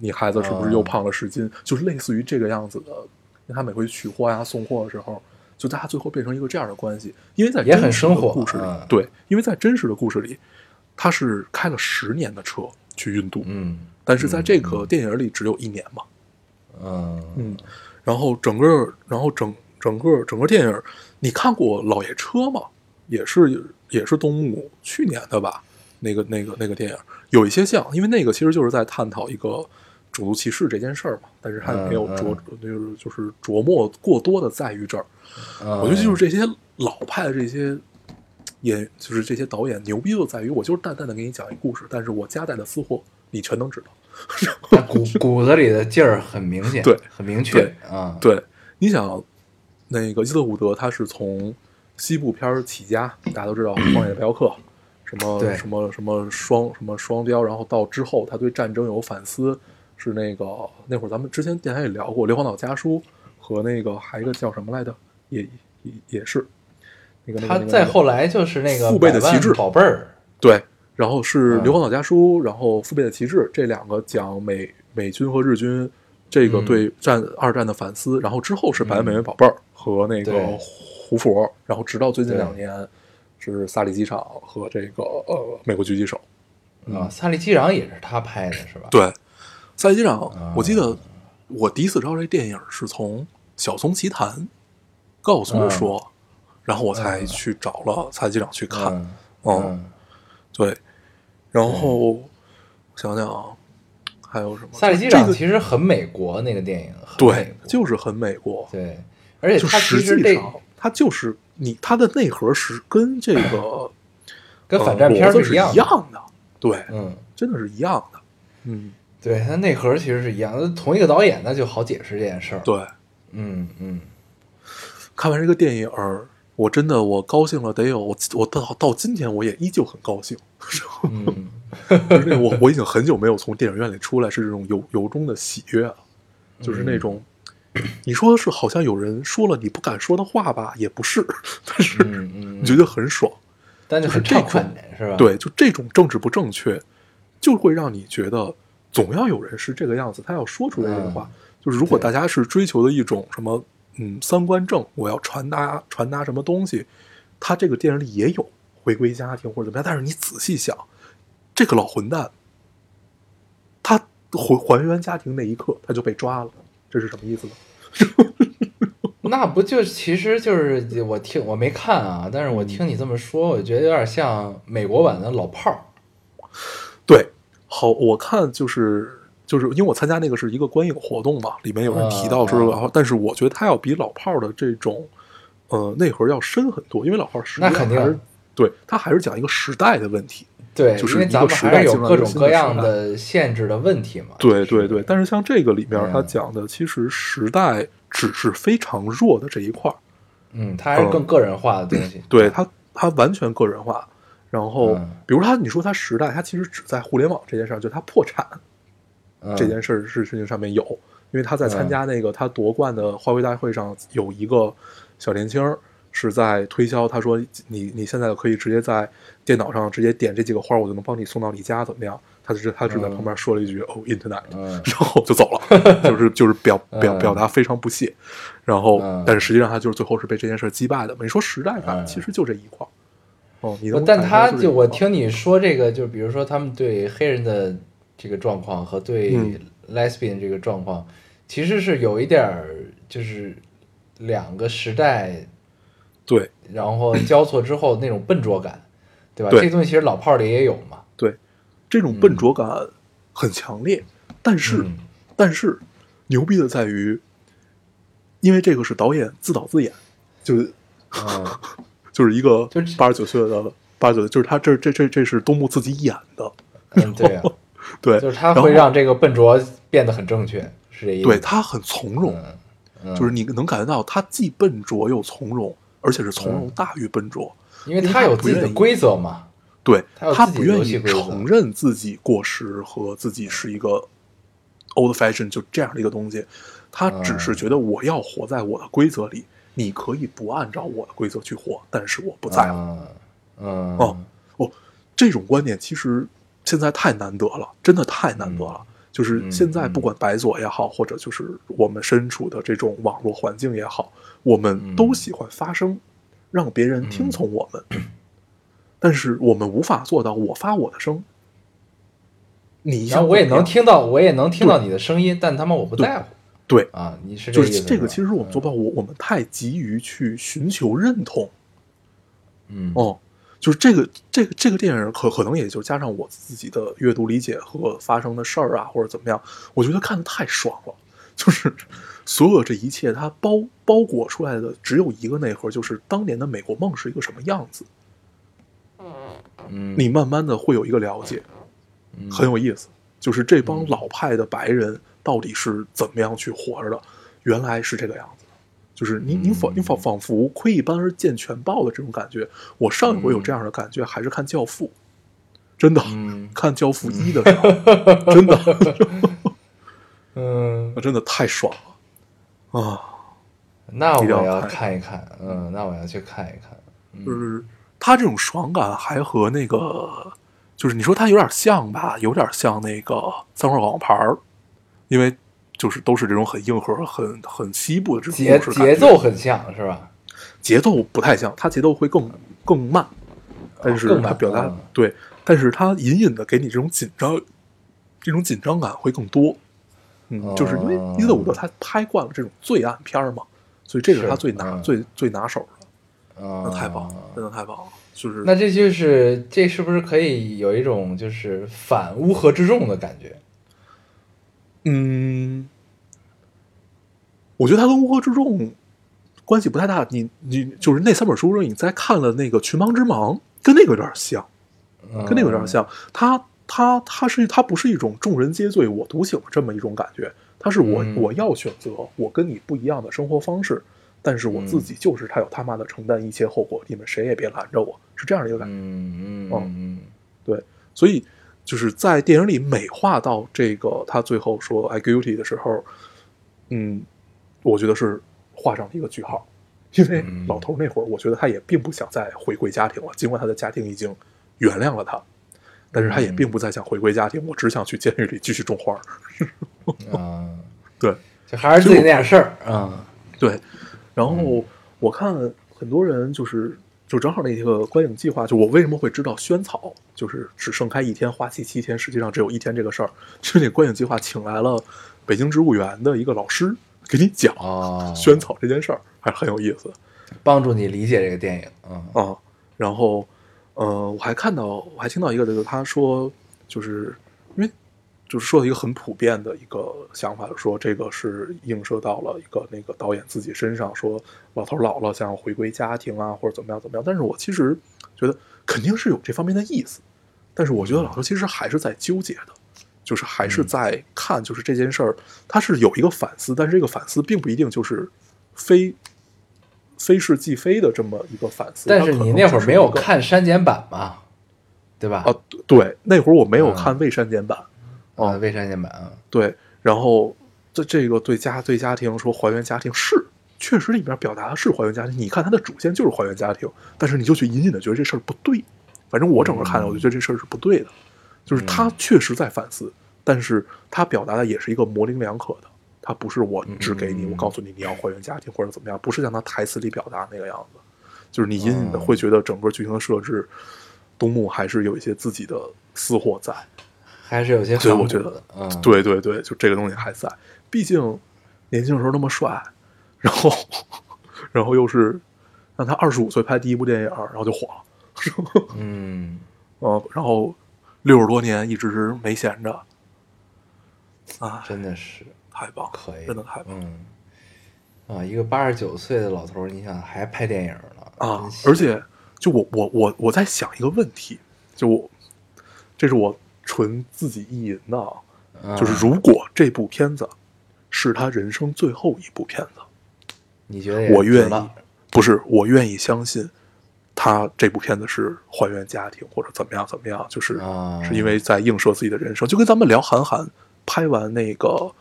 S1: 你孩子是不是
S2: 嗯
S1: 又胖了十斤？”就是类似于这个样子的。因为他每回取货呀、送货的时候，就大家最后变成一个这样的关系，因为在
S2: 也很
S1: 真实的
S2: 生活
S1: 故事里，
S2: 嗯
S1: 对，因为在真实的故事里，他是开了十年的车去运毒，
S2: 嗯
S1: 但是在这个电影里只有一年嘛，
S2: 嗯
S1: 嗯，然后整个，然后整整个整个电影，你看过《老爷车》吗？也是也是东木去年的吧，那个那个那个电影有一些像，因为那个其实就是在探讨一个种族歧视这件事儿嘛，但是他也没有
S2: 嗯嗯
S1: 着就是就是琢磨过多的在于这儿，
S2: 嗯，
S1: 我觉得就是这些老派的这些演，就是这些导演牛逼就在于我就是淡淡的给你讲一故事，但是我夹带的私货你全能知道。
S2: 但骨骨子里的劲儿很明显，
S1: 对
S2: 很明确
S1: 对
S2: 啊。
S1: 对，你想，那个伊瑟伍德他是从西部片儿起家，大家都知道《荒野镖客》，什么
S2: 对
S1: 什么什么双什么双标，然后到之后他对战争有反思，是那个那会儿咱们之前电台也聊过《硫磺岛家书》和那个还有一个叫什么来着，也也也是那个那个
S2: 他
S1: 那个
S2: 再
S1: 那个
S2: 后来就是那个
S1: 父辈的旗帜
S2: 百万宝贝儿，
S1: 对，然后是《
S2: 嗯
S1: 硫磺岛家书》，然后《父辈的旗帜》这两个讲美美军和日军这个
S2: 嗯
S1: 对战、二战的反思，然后之后是《百万美元宝贝儿》和那个
S2: 对
S1: 胡佛，然后直到最近
S2: 对
S1: 两年是萨利机场和这个呃美国狙击手。嗯
S2: 啊，萨利机长也是他拍的，是吧？，
S1: 对，萨利机场，我记得
S2: 啊
S1: 我第一次知道这电影是从《小松奇谈》告诉
S2: 嗯
S1: 我说，然后我才去找了萨利机长去看。
S2: 嗯
S1: 哦
S2: 嗯，
S1: 对，然后、想想啊，还有什么？
S2: 萨利机
S1: 这
S2: 长
S1: 个
S2: 其实很美国那个电影，很美
S1: 对，
S2: 国
S1: 就是很美国，
S2: 对，而且
S1: 就
S2: 他其
S1: 实
S2: 实
S1: 际
S2: 这
S1: 上它就是你它的内核是跟这个
S2: 跟
S1: 呃
S2: 反战片
S1: 骡
S2: 儿
S1: 子
S2: 是
S1: 是
S2: 一样的，
S1: 样的，对，
S2: 嗯。
S1: 真的是一样的，嗯，
S2: 对，它内核其实是一样的，同一个导演，那就好解释这件事儿。，
S1: 对。
S2: 嗯 嗯，
S1: 看完这个电影儿，我真的我高兴了，得有我我到到今天我也依旧很高兴。
S2: 嗯，
S1: 就是那我我已经很久没有从电影院里出来是这种由由衷的喜悦了，就是那种、你说是好像有人说了你不敢说的话吧，也不是， 但是
S2: 嗯嗯
S1: 你觉得很爽。
S2: 但就很
S1: 就是这
S2: 畅
S1: 种
S2: 快，是吧？，
S1: 对，就这种政治不正确，就会让你觉得总要有人是这个样子，他要说出来这个话。就是如果
S2: 嗯对
S1: 大家是追求的一种什么，嗯，三观正，我要传达传达什么东西，他这个电影里也有回归家庭或者怎么样，但是你仔细想，这个老混蛋，他还还原家庭那一刻他就被抓了，这是什么意思呢？
S2: 那不就其实就是我听我没看啊，但是
S1: 嗯
S2: 我听你这么说，我觉得有点像美国版的老炮儿。
S1: 对，好，我看就是就是因为我参加那个是一个观影活动嘛，里面有人提到说，
S2: 啊
S1: 然后但是我觉得它要比老炮儿的这种呃内核要深很多，因为老炮儿实际
S2: 那
S1: 上
S2: 肯定
S1: 还是对它还是讲一个时代的问题。
S2: 对，
S1: 就是
S2: 因为
S1: 一
S2: 咱
S1: 个
S2: 们
S1: 时
S2: 还
S1: 代
S2: 是有
S1: 进入到
S2: 各
S1: 一个
S2: 种
S1: 新的
S2: 各
S1: 时
S2: 样
S1: 代
S2: 的限制的问题嘛。
S1: 对
S2: 就是
S1: 对对，但是像这个里面它
S2: 嗯
S1: 讲的其实时代只是非常弱的这一块儿，
S2: 嗯，它还是更个人化的东西。
S1: 对它它完全个人化。然后
S2: 嗯，
S1: 比如它，你说它时代，它其实只在互联网这件事上，就它破产，
S2: 嗯
S1: 这件事儿事事情上面有，因因为他在参加那个他夺冠的花卉大会上，有一个小年轻儿是在推销，他说你你现在可以直接在电脑上直接点这几个花儿，我就能帮你送到你家，怎么样？他只他只在旁边说了一句、哦 internet，
S2: 嗯
S1: 然后就走 了，就是就是表表
S2: 嗯
S1: 表达非常不屑，然后、
S2: 嗯
S1: 但是实际上他就是最后是被这件事儿击败的嘛。你说时代感、
S2: 嗯呃
S1: 其实就这一块儿，哦，你能
S2: 但
S1: 感觉
S2: 他
S1: 到
S2: 就
S1: 这一
S2: 我
S1: 块儿
S2: 听你说这个，就比如说他们对黑人的这个状况和对
S1: 嗯
S2: lesbian 这个状况，其实是有一点儿就是两个时代，
S1: 对
S2: 然 后交错之后那种笨拙感，对吧？
S1: 对
S2: 这东西其实老炮儿里也有嘛。
S1: 对这种笨拙感很强烈，但是、
S2: 嗯
S1: 但是牛逼的在于，因为这个是导演自导自演，就是
S2: 嗯，
S1: 就是一个
S2: 就是
S1: 八十九岁的八十九，就是他这这这这是东木自己演的，
S2: 嗯对 啊，
S1: 对，
S2: 就是他
S1: 然
S2: 会
S1: 后
S2: 让这个笨拙变得很正确，是这意思。
S1: 对他很从容。
S2: 嗯，嗯，
S1: 就是你能感觉到他既笨拙又从容，而且是从
S2: 嗯
S1: 容大于笨拙。
S2: 因为他有自己的规则嘛。
S1: 对
S2: 他有
S1: 他
S2: 自己
S1: 不
S2: 的
S1: 愿
S2: 游戏
S1: 意
S2: 规则
S1: 承认自己过时和自己是一个 old fashion 就这样的一个东西，他只
S2: 啊
S1: 是觉得我要活在我的规则里，你可以不按照我的规则去活，但是我不在乎。
S2: 嗯嗯
S1: 哦哦，这种观点其实现在太难得了，真的太难得了。就是
S2: 嗯
S1: 现在，
S2: 嗯
S1: 不管白左也好，或者就是我们身处的这种网络环境也好，我们
S2: 嗯
S1: 都喜欢发声，让别人听从我们。但是我们无法做到，我发我的声，你
S2: 然
S1: 想
S2: 后我也
S1: 怎么样
S2: 能听到，我也能听到你的声音，但他妈我不在乎
S1: 对，
S2: 啊！你是这
S1: 就
S2: 意
S1: 是
S2: 思
S1: 这
S2: 吧嗯
S1: 个，其实我们做不到，我我们太急于去寻求认同，
S2: 嗯
S1: 哦，就是这个这个这个电影可可能也就加上我自己的阅读理解和发生的事儿啊，或者怎么样，我觉得看的太爽了。就是所有这一切，它包包裹出来的只有一个内核，就是当年的美国梦是一个什么样子。
S2: 嗯，
S1: 你慢慢的会有一个了解，
S2: 嗯
S1: 很有意思。就是这帮老派的白人到底是怎么样去活着的，原来是这个样子的。就是你你仿你
S2: 嗯
S1: 仿仿佛窥一斑而见全豹的这种感觉。我上一回有这样的感觉，还是看《教父》，真的、
S2: 嗯
S1: 看《教父一》的时 候，真的
S2: 嗯，
S1: 真的太爽了啊！
S2: 那我
S1: 一定要
S2: 要
S1: 看
S2: 看一看，嗯，那我要去看一看，
S1: 就是他这种爽感还和那个，就是你说他有点像吧，有点像那个《三块广牌儿》，因为就是都是这种很硬核、很很西部的这种
S2: 节
S1: 故事感觉
S2: 节奏很像是吧？
S1: 节奏不太像，它节奏会更更慢，但是
S2: 哦更慢
S1: 它表达、
S2: 嗯
S1: 对，但是它隐隐的给你这种紧张，这种紧张感会更多。嗯，
S2: 哦
S1: 就是因为伊泽伍德他拍惯了这种罪案片儿嘛，所以这个是他
S2: 是
S1: 最拿、
S2: 嗯
S1: 最最拿手的，
S2: 啊
S1: 那，太棒了，真的太棒了，就是
S2: 那这就是这是不是可以有一种就是反乌合之众的感觉？
S1: 嗯，我觉得他跟乌合之众关系不太大。你你就是那三本书中，你再看了那个《群盲之盲》，跟那个有点像。
S2: 嗯
S1: 跟那个有点像。它它它是它不是一种众人皆醉我独醒的这么一种感觉，它是我、
S2: 嗯
S1: 我要选择我跟你不一样的生活方式，但是我自己就是他有他妈的承担一切后果，你们谁也别拦着我，是这样的一个感觉。
S2: 嗯嗯
S1: 哦
S2: 嗯
S1: 对，所以就是在电影里美化到这个他最后说 I guilty 的时候，嗯，我觉得是画上了一个句号，因为
S2: 嗯
S1: 老头那会儿，我觉得他也并不想再回归家庭了，尽管他的家庭已经原谅了他。但是他也
S2: 嗯
S1: 并不再想回归家庭，我只想去监狱里继续种花儿。
S2: 嗯啊，
S1: 对，
S2: 就还是自己那点事儿
S1: 哦
S2: 啊，
S1: 对，然后我看很多人就是就正好那个观影计划，就我为什么会知道萱草就是只盛开一天，花期七天，实际上只有一天这个事儿，就是那观影计划请来了北京植物园的一个老师给你讲
S2: 哦，
S1: 萱草这件事儿，还是很有意思
S2: 帮助你理解这个电影，嗯
S1: 啊。然后，呃，我还看到我还听到一个就是他说，就是因为。就是说了一个很普遍的一个想法，就说这个是映射到了一个那个导演自己身上，说老头儿老了想要回归家庭啊，或者怎么样怎么样。但是我其实觉得肯定是有这方面的意思，但是我觉
S2: 嗯
S1: 得老头其实还是在纠结的，就是还是在看，就是这件事儿，他是有一个反思，但是这个反思并不一定就是非非是即非的这么一个反思。
S2: 但
S1: 它
S2: 是
S1: 可
S2: 你
S1: 能
S2: 那会
S1: 只
S2: 儿
S1: 是
S2: 没
S1: 一
S2: 有
S1: 个
S2: 看删减版嘛，对吧？
S1: 啊，对，那会儿我没有
S2: 嗯
S1: 看未删减版，
S2: 啊，未删减版啊，
S1: 对，然后这这个对家对家庭说还原家庭是，确实里面表达的是还原家庭。你看它的主线就是还原家庭，但是你就去隐隐的觉得这事儿不对。反正我整个看来，我就觉得这事儿是不对的。就是他确实在反思，但是他表达的也是一个模棱两可的。他不是我只给你，
S2: 嗯
S1: 我告诉你你要还原家庭或者怎么样，不是像他台词里表达那个样子。就是你隐隐的会觉得整个剧情的设置，东木还是有一些自己的私货在。
S2: 还是有些
S1: 所以
S2: 反
S1: 我觉
S2: 骨
S1: 得
S2: 的，嗯，
S1: 对对对，就这个东西还在。毕竟年轻的时候那么帅，然后 然后又是让他二十五岁拍第一部电影，然后就火了，
S2: 嗯，
S1: 嗯，然后六十多年一直没闲着，啊，
S2: 真的是
S1: 太棒了，
S2: 可以，
S1: 真的太棒了
S2: 嗯，啊，一个八十九岁的老头儿，你想还拍电影呢
S1: 啊
S2: 真！是
S1: 而且就我我我我在想一个问题，就我这是我纯自己意淫的，啊，
S2: 嗯
S1: 就是如果这部片子是他人生最后一部片子。
S2: 你觉得也
S1: 我
S2: 值
S1: 愿意
S2: 了，
S1: 不是我愿意相信，他这部片子是还原家庭或者怎么样怎么样，就是、
S2: 啊
S1: 是因为在映射自己的人生，就跟咱们聊韩寒拍完那个。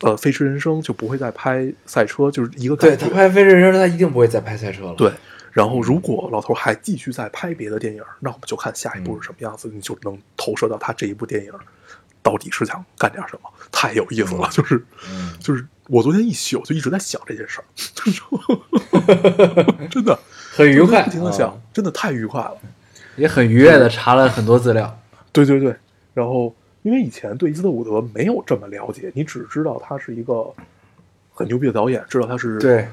S1: 呃，飞驰人生就不会再拍赛车，就是一个
S2: 对
S1: 感
S2: 他
S1: 觉。
S2: 拍《嗯飞驰人生》，他一定不会再拍赛车了，
S1: 对，然后如果老头还继续再拍别的电影，那我们就看下一步是什么样子，你就能投射到他这一部电影到底是想干点什么，太有意思了。就是，
S2: 嗯
S1: 就是我昨天一宿就一直在想这件 事儿，真的
S2: 很愉 快，
S1: 不停的
S2: 啊
S1: 想，真的太愉快了。
S2: 也很愉悦的查了很多资料，
S1: 对对对，然后因为以前对伊斯特伍德没有这么了解，你只知道他是一个很牛逼的导演，知道他是
S2: 对，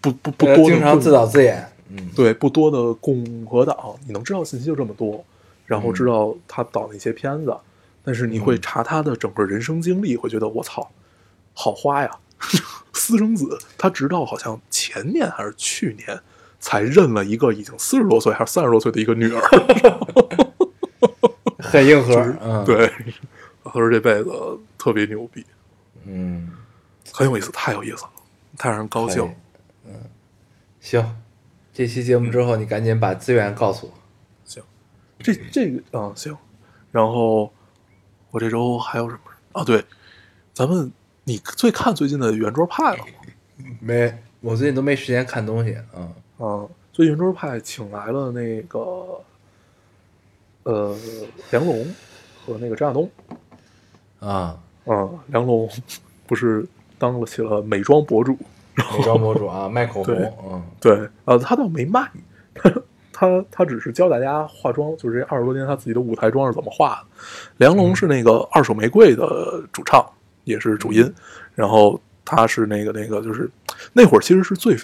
S1: 不不不
S2: 呃
S1: 多的
S2: 经常
S1: 贡
S2: 自导自演，嗯
S1: 对不多的共和党，你能知道信息就这么多，然后知道他导那些片子，但是你会查他的整个人生经历，会觉得我操，好花呀！ 私生子，他直到好像前年还是去年才认了一个已经四十多岁还是三十多岁的一个女儿，
S2: 很硬核，
S1: 就是
S2: 嗯，，
S1: 对，他说这辈子特别牛逼，
S2: 嗯，
S1: 很有意思，太有意思了，太让人高兴
S2: 可以。嗯行，这期节目之后你赶紧把资源告诉我，
S1: 这这个啊、行，然后我这周还有什么啊？对，咱们你最看最近的圆桌派了吗？
S2: 没，我最近都没时间看东西，嗯，
S1: 啊、最近圆桌派请来了那个呃梁龙和那个张亚东
S2: 啊，
S1: 啊、梁龙不是当了起了美妆博主，
S2: 美妆博主啊，卖口红
S1: 对，
S2: 嗯。
S1: 对，啊，他倒没卖， 他他他只是教大家化妆，就是这二十多年他自己的舞台妆是怎么化的。梁龙是那个二手玫瑰的主唱，也是主音，然后他是那个那个就是那会儿其实是最，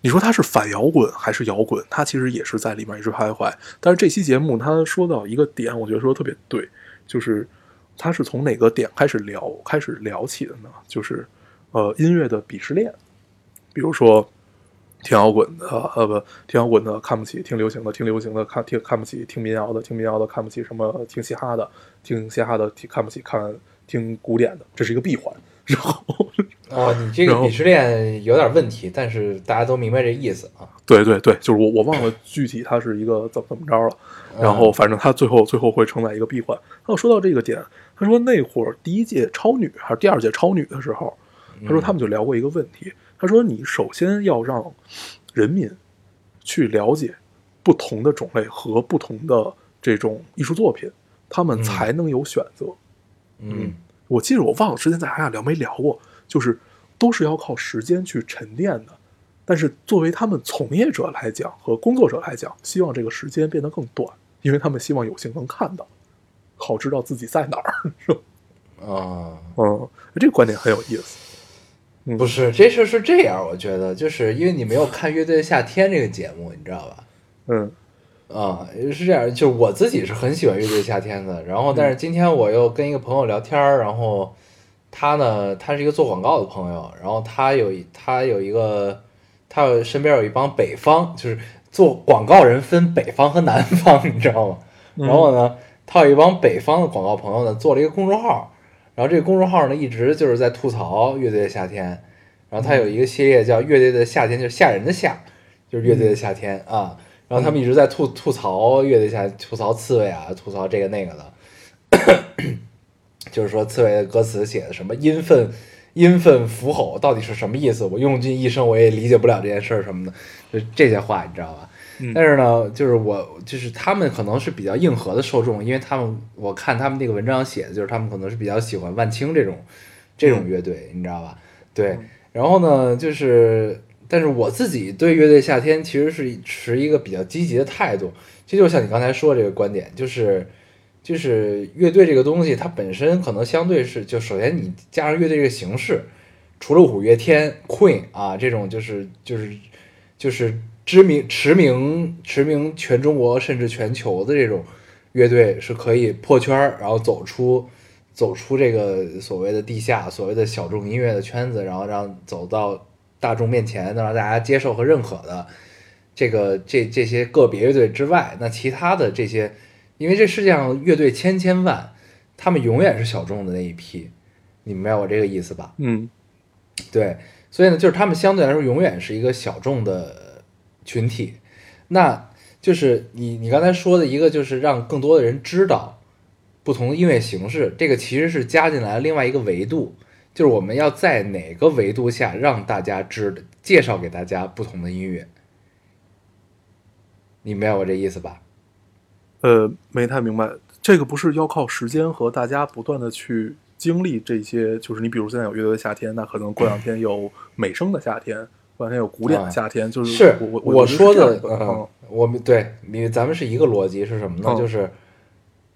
S1: 你说他是反摇滚还是摇滚？他其实也是在里面一直徘徊。但是这期节目他说到一个点，我觉得说得特别对，就是他是从哪个点开始聊开始聊起的呢？就是呃音乐的鄙视链，比如说。听摇滚的，呃不，听摇滚的看不起，听流行的听流行的看听看不起，听民谣的听民谣的看不起，什么听嘻哈的听嘻哈的听看不起，看听古典的，这是一个闭环。然后，
S2: 哦，你这个
S1: 然后
S2: 鄙视链有点问题，但是大家都明白这意思啊。
S1: 对对对，就是我我忘了具体它是一个怎么怎么着了，
S2: 嗯
S1: 然后反正它最后最后会承载一个闭环。那我说到这个点，他说那会儿第一届超女还是第二届超女的时候，他说他们就聊过一个问题，他说你首先要让人民去了解不同的种类和不同的这种艺术作品，他们才能有选择。
S2: 嗯，
S1: 我记得我忘了之前在咱俩聊没聊过，就是都是要靠时间去沉淀的。但是作为他们从业者来讲和工作者来讲，希望这个时间变得更短，因为他们希望有幸能看到，好知道自己在哪儿。是吧？
S2: 啊，
S1: 嗯，这个观点很有意思。
S2: 不是，这事儿是这样，我觉得就是因为你没有看《乐队的夏天》这个节目，你知道吧？
S1: 嗯
S2: 啊、是这样，就我自己是很喜欢《乐队的夏天》的。然后，但是今天我又跟一个朋友聊天儿，然后他呢，他是一个做广告的朋友，然后他有一他有一个，他有身边有一帮北方，就是做广告人分北方和南方， 你知道吗？然后呢，他有一帮北方的广告朋友呢，做了一个公众号，然后这个公众号呢，一直就是在吐槽《乐队的夏天》，然后他有一个系列叫《乐队的夏天》，就是吓人的吓，就是乐队的夏天啊。然后他们一直在吐吐槽乐队夏，吐槽刺猬啊，吐槽这个那个的。 就是说刺猬的歌词写的什么阴愤、阴愤符吼到底是什么意思？我用尽一生我也理解不了这件事儿什么的，就这些话你知道吧？但是呢，就是我就是他们可能是比较硬核的受众，因为他们我看他们那个文章写的就是他们可能是比较喜欢万青这种这种乐队，你知道吧？对，然后呢，就是但是我自己对乐队夏天其实是持一个比较积极的态度，这就像你刚才说的这个观点，就是。就是乐队这个东西，它本身可能相对是，就首先你加上乐队这个形式，除了五月天、Queen 啊这种就是就是就是知名驰名驰名全中国甚至全球的这种乐队是可以破圈儿，然后走出走出这个所谓的地下、所谓的小众音乐的圈子，然后让走到大众面前，能让大家接受和认可的。这个这这些个别乐队之外，那其他的这些，因为这世界上乐队千千万，他们永远是小众的那一批，你明白我这个意思吧？
S1: 嗯
S2: 对，所以呢，就是他们相对来说永远是一个小众的群体。那就是你你刚才说的一个，就是让更多的人知道不同的音乐形式，这个其实是加进来了另外一个维度，就是我们要在哪个维度下让大家知介绍给大家不同的音乐。你明白我这意思吧？
S1: 呃，没太明白，这个不是要靠时间和大家不断的去经历这些，就是你比如现在有乐队的夏天，那可能过两天有美声的夏天，过两天有古典的夏天，就是我我
S2: 我
S1: 我
S2: 说
S1: 觉
S2: 的
S1: 得是，这样
S2: 嗯，我们对你咱们是一个逻辑是什么呢？
S1: 嗯
S2: 就是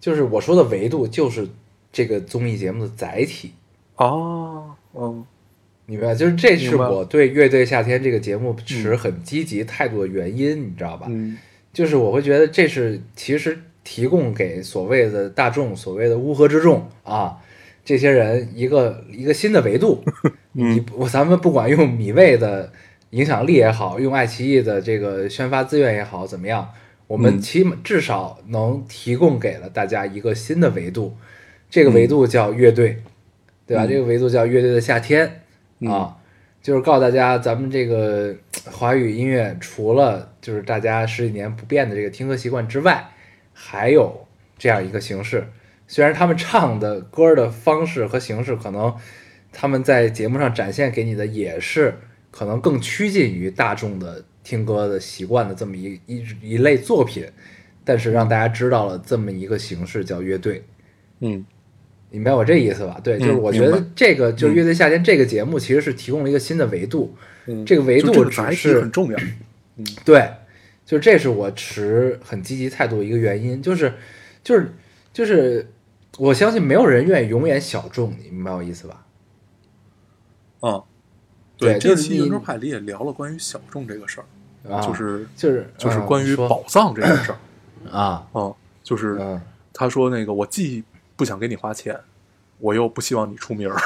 S2: 就是我说的维度就是这个综艺节目的载体，
S1: 哦，嗯
S2: 你明白？就是这是
S1: 明白
S2: 我对《乐队夏天》这个节目持很积极态度的原因，你知道吧？
S1: 嗯
S2: 就是我会觉得这是其实提供给所谓的大众、所谓的乌合之众啊，这些人一个一个新的维 度。
S1: 嗯
S2: 你我咱们不管用米未的影响力也好，用爱奇艺的这个宣发资源也好，怎么样，我们
S1: 嗯
S2: 起码至少能提供给了大家一个新的维度，这个维度叫乐队，对吧？
S1: 嗯
S2: 这个维度叫乐队的夏天啊，就是告诉大家，咱们这个华语音乐除了就是大家十几年不变的这个听歌习惯之外，还有这样一个形式。虽然他们唱的歌的方式和形式，可能他们在节目上展现给你的也是可能更趋近于大众的听歌的习惯的这么一一一类作品，但是让大家知道了这么一个形式叫乐队。
S1: 嗯
S2: 你明白我这意思吧？对，就是我觉
S1: 明
S2: 得
S1: 白
S2: 这个就是《乐队夏天》这个节目其实是提供了一个新的维度，
S1: 嗯，
S2: 这个维度
S1: 就这个
S2: 只
S1: 载体
S2: 是
S1: 很重要，
S2: 对，就是这是我持很积极态度的一个原因，就是就是就是我相信没有人愿意永远小众，你明白我意思吧？
S1: 嗯，
S2: 对
S1: 这
S2: 就是
S1: 期
S2: 你
S1: 圆桌派里也聊了关于小众这个事儿，
S2: 啊，
S1: 就是
S2: 就是
S1: 就是
S2: 嗯
S1: 关
S2: 你
S1: 于
S2: 说
S1: 宝藏这个 事儿，
S2: 啊，
S1: 嗯，就是
S2: 嗯，
S1: 他说那个我既不想给你花钱，我又不希望你出名儿。
S2: 啊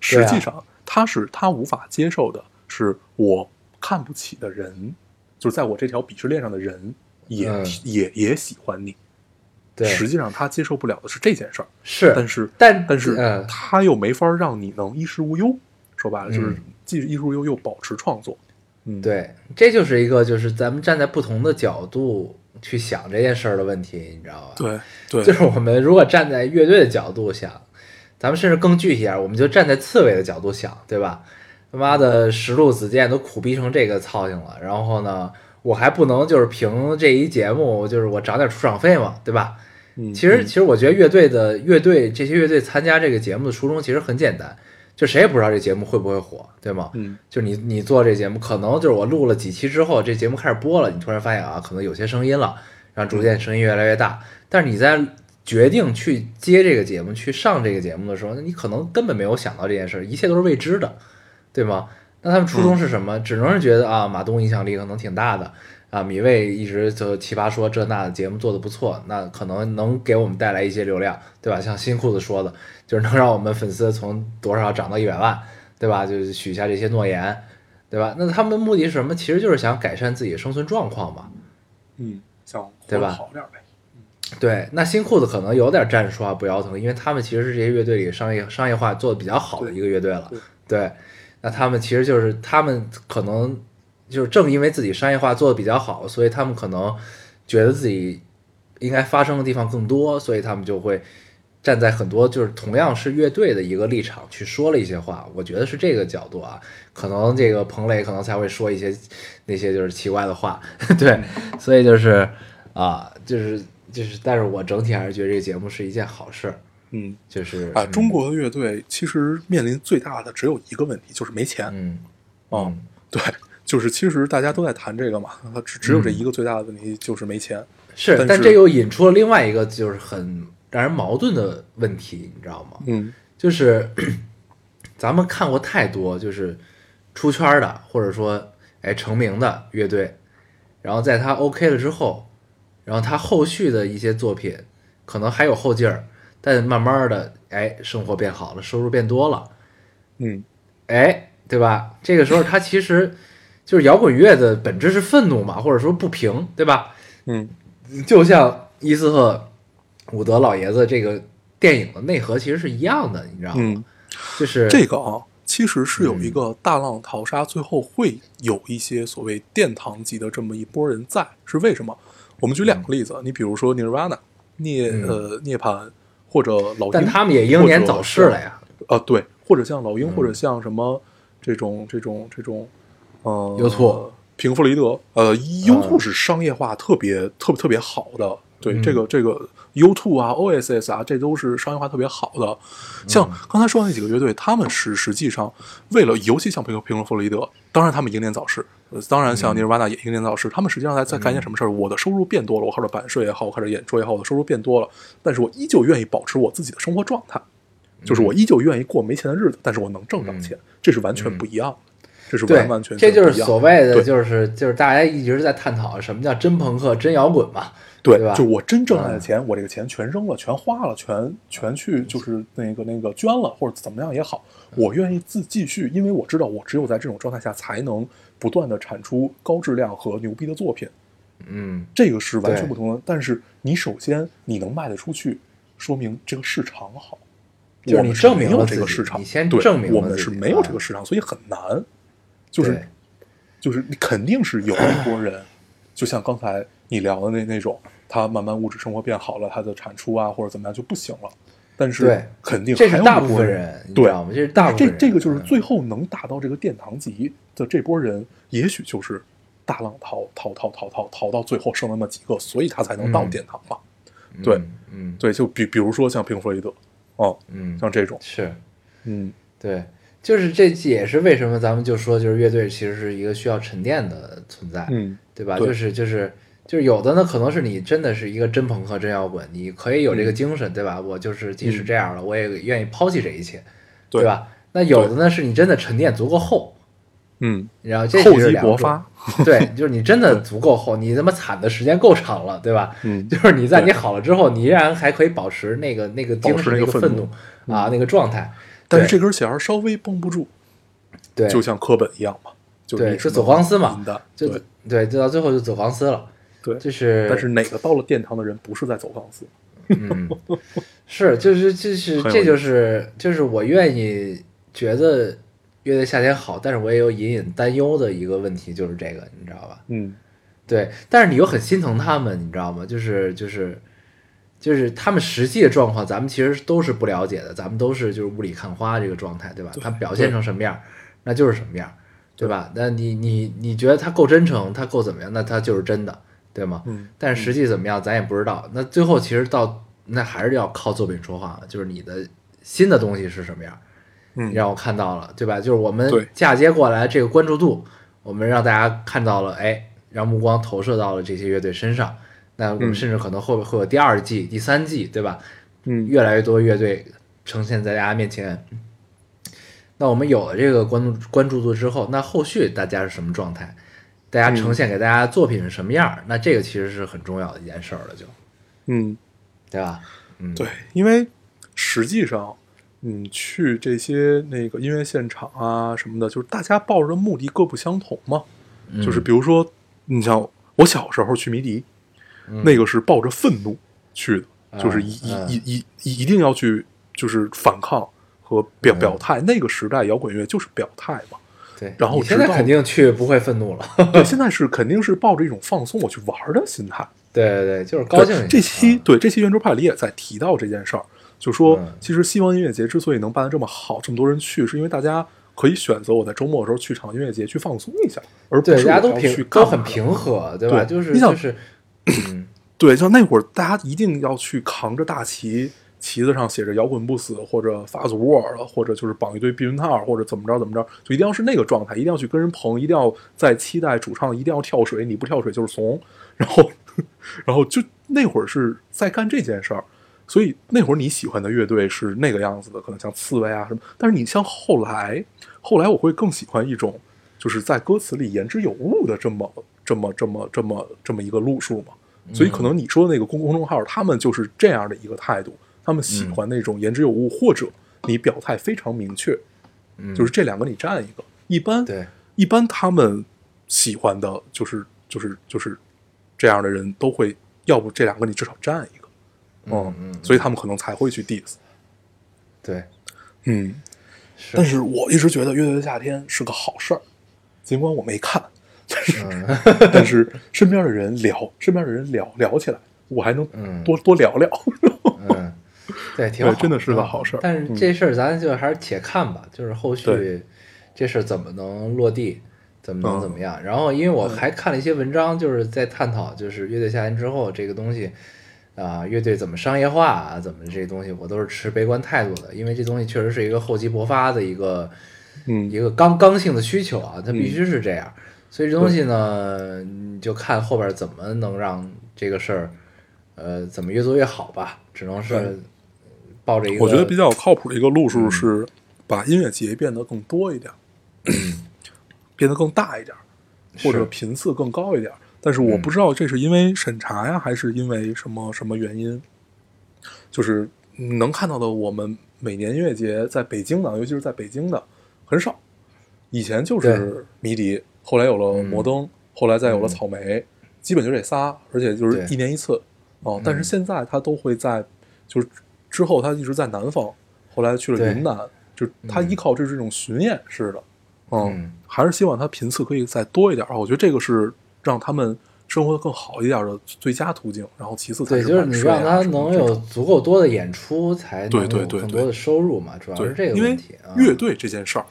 S1: 实际上，他是他无法接受的是我看不起的人，就是在我这条鄙视链上的人也、
S2: 嗯
S1: 也也喜欢你。
S2: 对，
S1: 实际上他接受不了的是这件事儿，
S2: 是，
S1: 但是
S2: 但
S1: 但是
S2: 嗯
S1: 他又没法让你能衣食无忧。说白了就是
S2: 嗯
S1: 既衣食无忧又保持创作。嗯，，
S2: 对，这就是一个就是咱们站在不同的角度去想这件事儿的问题，你知道吧？
S1: 对对，
S2: 就是我们如果站在乐队的角度想，咱们甚至更具体点儿，我们就站在刺猬的角度想，对吧？他妈的，石路子健都苦逼成这个操性了，然后呢，我还不能就是凭这一节目，就是我涨点出场费嘛，对吧？
S1: 嗯
S2: 其实，其实我觉得乐队的乐队这些乐队参加这个节目的初衷其实很简单，就谁也不知道这节目会不会火，对吗？
S1: 嗯，
S2: 就你你做这节目，可能就是我录了几期之后，这节目开始播了，你突然发现啊，可能有些声音了，然后逐渐声音越来越大。但是你在决定去接这个节目、去上这个节目的时候，你可能根本没有想到这件事，一切都是未知的，对吗？那他们初衷是什么？只能是觉得啊，马东影响力可能挺大的啊，米未一直就奇葩说这那的节目做的不错，那可能能给我们带来一些流量，对吧？像新裤子说的，就是能让我们粉丝从多少涨到一百万，对吧？就是许下这些诺言，对吧？那他们的目的是什么？其实就是想改善自己的生存状况嘛。
S1: 嗯，想活
S2: 对吧
S1: 得好点儿呗。
S2: 对，那新裤子可能有点站着说话不腰疼，因为他们其实是这些乐队里商业商业化做的比较好的一个乐队了
S1: 对。
S2: 对，那他们其实就是他们可能就是正因为自己商业化做的比较好，所以他们可能觉得自己应该发声的地方更多，所以他们就会站在很多就是同样是乐队的一个立场去说了一些话，我觉得是这个角度啊，可能这个彭磊可能才会说一些那些就是奇怪的话， 对，所以就是啊，就是就是，但是我整体还是觉得这个节目是一件好事儿，
S1: 嗯
S2: 就是
S1: 啊，中，国的乐队其实面临最大的只有一个问题，就是没钱。
S2: 嗯
S1: 嗯，对，就是其实大家都在谈这个嘛，它只只有
S2: 嗯
S1: 这一个最大的问题就是没钱。
S2: 是，
S1: 但
S2: 但
S1: 是
S2: 这又引出了另外一个就是很让人矛盾的问题，你知道吗？
S1: 嗯
S2: 就是 咱们看过太多，就是出圈儿的，或者说哎成名的乐队，然后在他 OK 了之后，然后他后续的一些作品可能还有后劲儿，但慢慢的哎生活变好了，收入变多了，
S1: 嗯，
S2: 哎，对吧？这个时候他其实就是摇滚乐的本质是愤怒嘛，或者说不平，对吧？
S1: 嗯，
S2: 就像伊斯特伍德老爷子这个电影的内核其实是一样的，你知道吗？
S1: 嗯
S2: 就是
S1: 这个啊，其实是
S2: 嗯
S1: 有一个大浪淘沙，最后会有一些所谓殿堂级的这么一波人在，是为什么？我们举两个例子，你比如说 Nirvana、涅
S2: 嗯
S1: 呃涅槃或者老鹰，
S2: 但他们也英年早逝了呀，
S1: 啊，对，或者像老鹰，
S2: 嗯
S1: 或者像什么这种这种这种，呃，
S2: 优兔、
S1: 平弗雷德，呃，优兔是商业化特别、特别特别好的，对、
S2: 嗯
S1: 这个这个优兔啊，OSS 啊，这都是商业化特别好的。
S2: 嗯
S1: 像刚才说的那几个乐队，他们是实际上为了，尤其像平平弗雷德，当然他们英年早逝。呃当然，
S2: 嗯
S1: 像尼尔瓦纳也英年早逝，他们实际上在在干一件什么事儿？我的收入变多了，我靠着版税也好，我靠着演出也好，我的收入变多了，但是我依旧愿意保持我自己的生活状态。
S2: 嗯
S1: 就是我依旧愿意过没钱的日子，但是我能挣上钱，这是完全不一样的，这是
S2: 对，
S1: 完完全全
S2: 这
S1: 不
S2: 就
S1: 一样
S2: 是
S1: 的。
S2: 所谓的，
S1: 对
S2: 就是就是大家一直在探讨什么叫真朋克、真摇滚嘛，
S1: 对
S2: 对吧嗯
S1: 就我真挣来的钱，我这个钱全扔了，全花了，全全去就是那个那个捐了，或者怎么样也好，
S2: 嗯
S1: 我愿意自继续，因为我知道我只有在这种状态下才能不断的产出高质量和牛逼的作品，
S2: 嗯，
S1: 这个是完全
S2: 对
S1: 不同的。但是你首先你能卖得出去，说明这个市场好。
S2: 就是
S1: 我
S2: 你
S1: 们是
S2: 证明
S1: 没
S2: 了
S1: 有
S2: 自
S1: 这
S2: 己
S1: 个市场，
S2: 你先
S1: 对
S2: 证明
S1: 我
S2: 了
S1: 们
S2: 自
S1: 是
S2: 己
S1: 没有
S2: 啊
S1: 这个市场，所以很难。就是
S2: 对
S1: 就是你肯定是有一波人，就像刚才你聊的那那种，他慢慢物质生活变好了，他的产出啊或者怎么样就不行了，但
S2: 对
S1: 是肯定
S2: 这
S1: 还
S2: 是
S1: 有
S2: 大
S1: 一
S2: 部
S1: 波
S2: 分
S1: 人，
S2: 人，你知
S1: 对
S2: 道吗？这是大部分
S1: 哎这
S2: 人，
S1: 这个就是
S2: 嗯
S1: 最后能达到这个殿堂级的这波人，也许就是大浪淘淘淘淘淘淘到最后剩那么几个，所以他才能到
S2: 嗯
S1: 殿堂嘛。对，
S2: 嗯嗯
S1: 对，就比比如说像平弗雷德，哦，
S2: 嗯，
S1: 像这种，
S2: 是
S1: 嗯
S2: 对，就是这也是为什么咱们就说，就是乐队其实是一个需要沉淀的存在，
S1: 嗯
S2: 对吧？
S1: 对
S2: 就是就是就是有的呢，可能是你真的是一个真朋克、真摇滚，你可以有
S1: 嗯
S2: 这个精神，对吧？我就是即使这样了，我也愿意抛弃这一切，
S1: 对
S2: 吧？那有的呢，是你真的沉淀足够厚，
S1: 嗯，
S2: 然后这
S1: 厚
S2: 其实
S1: 积
S2: 两
S1: 薄
S2: 种
S1: 发，
S2: 对，就是你真的足够厚，你他妈惨的时间够长了，对吧？
S1: 嗯
S2: 就是你在
S1: 对
S2: 你好了之后，你依然还可以保持那个那个
S1: 保
S2: 精
S1: 持
S2: 神、
S1: 那
S2: 那
S1: 个
S2: 个
S1: 愤
S2: 愤
S1: 怒嗯
S2: 怒啊，那个状态。
S1: 但是
S2: 对
S1: 这根弦儿稍微绷不住，
S2: 对，
S1: 就像科本一样嘛，就是
S2: 对
S1: 你
S2: 就走钢丝嘛
S1: 的，
S2: 就
S1: 对
S2: 对，就到最后就走黄丝了，
S1: 对。
S2: 就是
S1: 但是哪个到了殿堂的人不是在走钢丝？
S2: 嗯，是就是就是
S1: 很有
S2: 这
S1: 意
S2: 就
S1: 思
S2: 是就是我愿意觉得乐队夏天好，但是我也有隐隐担忧的一个问题，就是这个你知道吧？
S1: 嗯
S2: 对，但是你又很心疼他们，你知道吗？就是就是就是他们实际的状况，咱们其实都是不了解的，咱们都是就是雾里看花这个状态，对吧？他表现成什么样儿，那就是什么样儿，对吧？那你你你觉得他够真诚，他够怎么样，那他就是真的，对吗？
S1: 嗯
S2: 但是实际怎么样，咱也不知道。那最后其实到那还是要靠作品说话，就是你的新的东西是什么样儿，
S1: 嗯
S2: 你让我看到了，对吧？就是我们
S1: 对
S2: 嫁接过来这个关注度，我们让大家看到了，哎，让目光投射到了这些乐队身上。那我们
S1: 嗯
S2: 甚至可能会不会有第二季、第三季，对吧？
S1: 嗯
S2: 越来越多乐队呈现在大家面前。那我们有了这个关注关注度之后，那后续大家是什么状态？大
S1: 嗯
S2: 家呈现给大家的作品是什么样儿？那这个其实是很重要的一件事儿了，就
S1: 嗯，
S2: 对吧？嗯，
S1: 对，因为实际上，嗯，去这些那个音乐现场啊什么的，就是大家抱着的目的各不相同嘛。
S2: 嗯，
S1: 就是比如说，你像我小时候去迷笛，
S2: 嗯
S1: 那个是抱着愤怒去的，
S2: 嗯
S1: 就是一一
S2: 嗯
S1: 一一一定要去就是反抗和表
S2: 嗯
S1: 表态。那个时代摇滚乐就是表态嘛。
S2: 对。
S1: 然后
S2: 你现
S1: 直
S2: 在
S1: 到
S2: 肯定去不会愤怒了，
S1: 对，现在是肯定是抱着一种放松我去玩儿的心态。
S2: 对对对，就是
S1: 对
S2: 高兴一下。
S1: 这期
S2: 啊
S1: 对这期圆桌派里也在提到这件事儿，就说
S2: 嗯
S1: 其实西方音乐节之所以能办得这么好，这么多人去，是因为大家可以选择我在周末的时候去场音乐节去放松一下，而不
S2: 对，
S1: 是
S2: 大家都
S1: 我要去
S2: 平
S1: 干
S2: 都
S1: 嘛
S2: 很平和，对吧？
S1: 对
S2: 就是
S1: 你想
S2: 就是，嗯，
S1: 对，就那会儿，大家一定要去扛着大旗，旗子上写着“摇滚不死”或者 “Fast War” 或者就是绑一堆避孕套，或者怎么着怎么着，就一定要是那个状态，一定要去跟人捧，一定要在期待主唱一定要跳水，你不跳水就是怂。 然后，然后就那会儿是在干这件事儿，所以那会儿你喜欢的乐队是那个样子的，可能像刺猬啊什么。但是你像后来，后来我会更喜欢一种，就是在歌词里言之有物的这么这么这么这么这么一个路数嘛。所以可能你说的那个公公众号，他们就是这样的一个态度，他们喜欢那种言之有物，或者你表态非常明确，
S2: 嗯
S1: 就是这两个你占一个。一般
S2: 对，
S1: 一般他们喜欢的就是就是就是这样的人都会，要不这两个你至少占一个，
S2: 嗯嗯，
S1: 哦所以他们可能才会去 diss。
S2: 对，
S1: 嗯，
S2: 是
S1: 但是我一直觉得《乐队的夏天》是个好事儿，尽管我没看，
S2: 嗯
S1: 但是身边的人聊，身边的人聊聊起来，我还能
S2: 嗯
S1: 多、多聊聊。
S2: 嗯， 对，挺好，
S1: 真的是个
S2: 嗯
S1: 好事儿
S2: 但是这事儿咱就还是且看吧，就是后续
S1: 对
S2: 这事儿怎么能落地，怎么能
S1: 嗯
S2: 怎么样。然后，因为我还看了一些文章，就是在探讨，就是乐队夏天之后这个东西。啊，乐队怎么商业化啊？怎么这东西，我都是持悲观态度的，因为这东西确实是一个厚积薄发的一个
S1: 嗯
S2: 一个刚刚性的需求啊，它必须是这样。所以这东西呢，你就看后边怎么能让这个事儿，呃，怎么越做越好吧。只能
S1: 对
S2: 是抱着一个，
S1: 我觉得比较靠谱的一个路数是把音乐节变得更多一点，嗯变得更大一点，或者
S2: 是嗯
S1: 频次更高一点。但是我不知道这是因为审查呀，还是因为什么什么原因，就是能看到的我们每年音乐节在北京的，尤其是在北京的很少。以前就是迷笛，后来有
S2: 嗯
S1: 了摩登，后来再有了草莓，基本就这仨，而且就是
S2: 对嗯
S1: 一年一次。哦，但是现在他都会在，就是之后他一直在南方，后来去
S2: 对
S1: 了云南，就是他依靠这这种巡演式的，
S2: 嗯
S1: 还是希望他频次可以再多一点儿。啊我觉得这个是让他们生活的更好一点儿的最佳途径。然后其次才
S2: 对，
S1: 是
S2: 就是你
S1: 晚睡啊
S2: 让它
S1: 什么
S2: 能
S1: 这
S2: 有
S1: 种
S2: 足够多的演出，才能
S1: 对对
S2: 有
S1: 对
S2: 更
S1: 对
S2: 多的收入嘛，主要
S1: 对
S2: 是这个
S1: 因为
S2: 问题啊。
S1: 乐队这件事儿，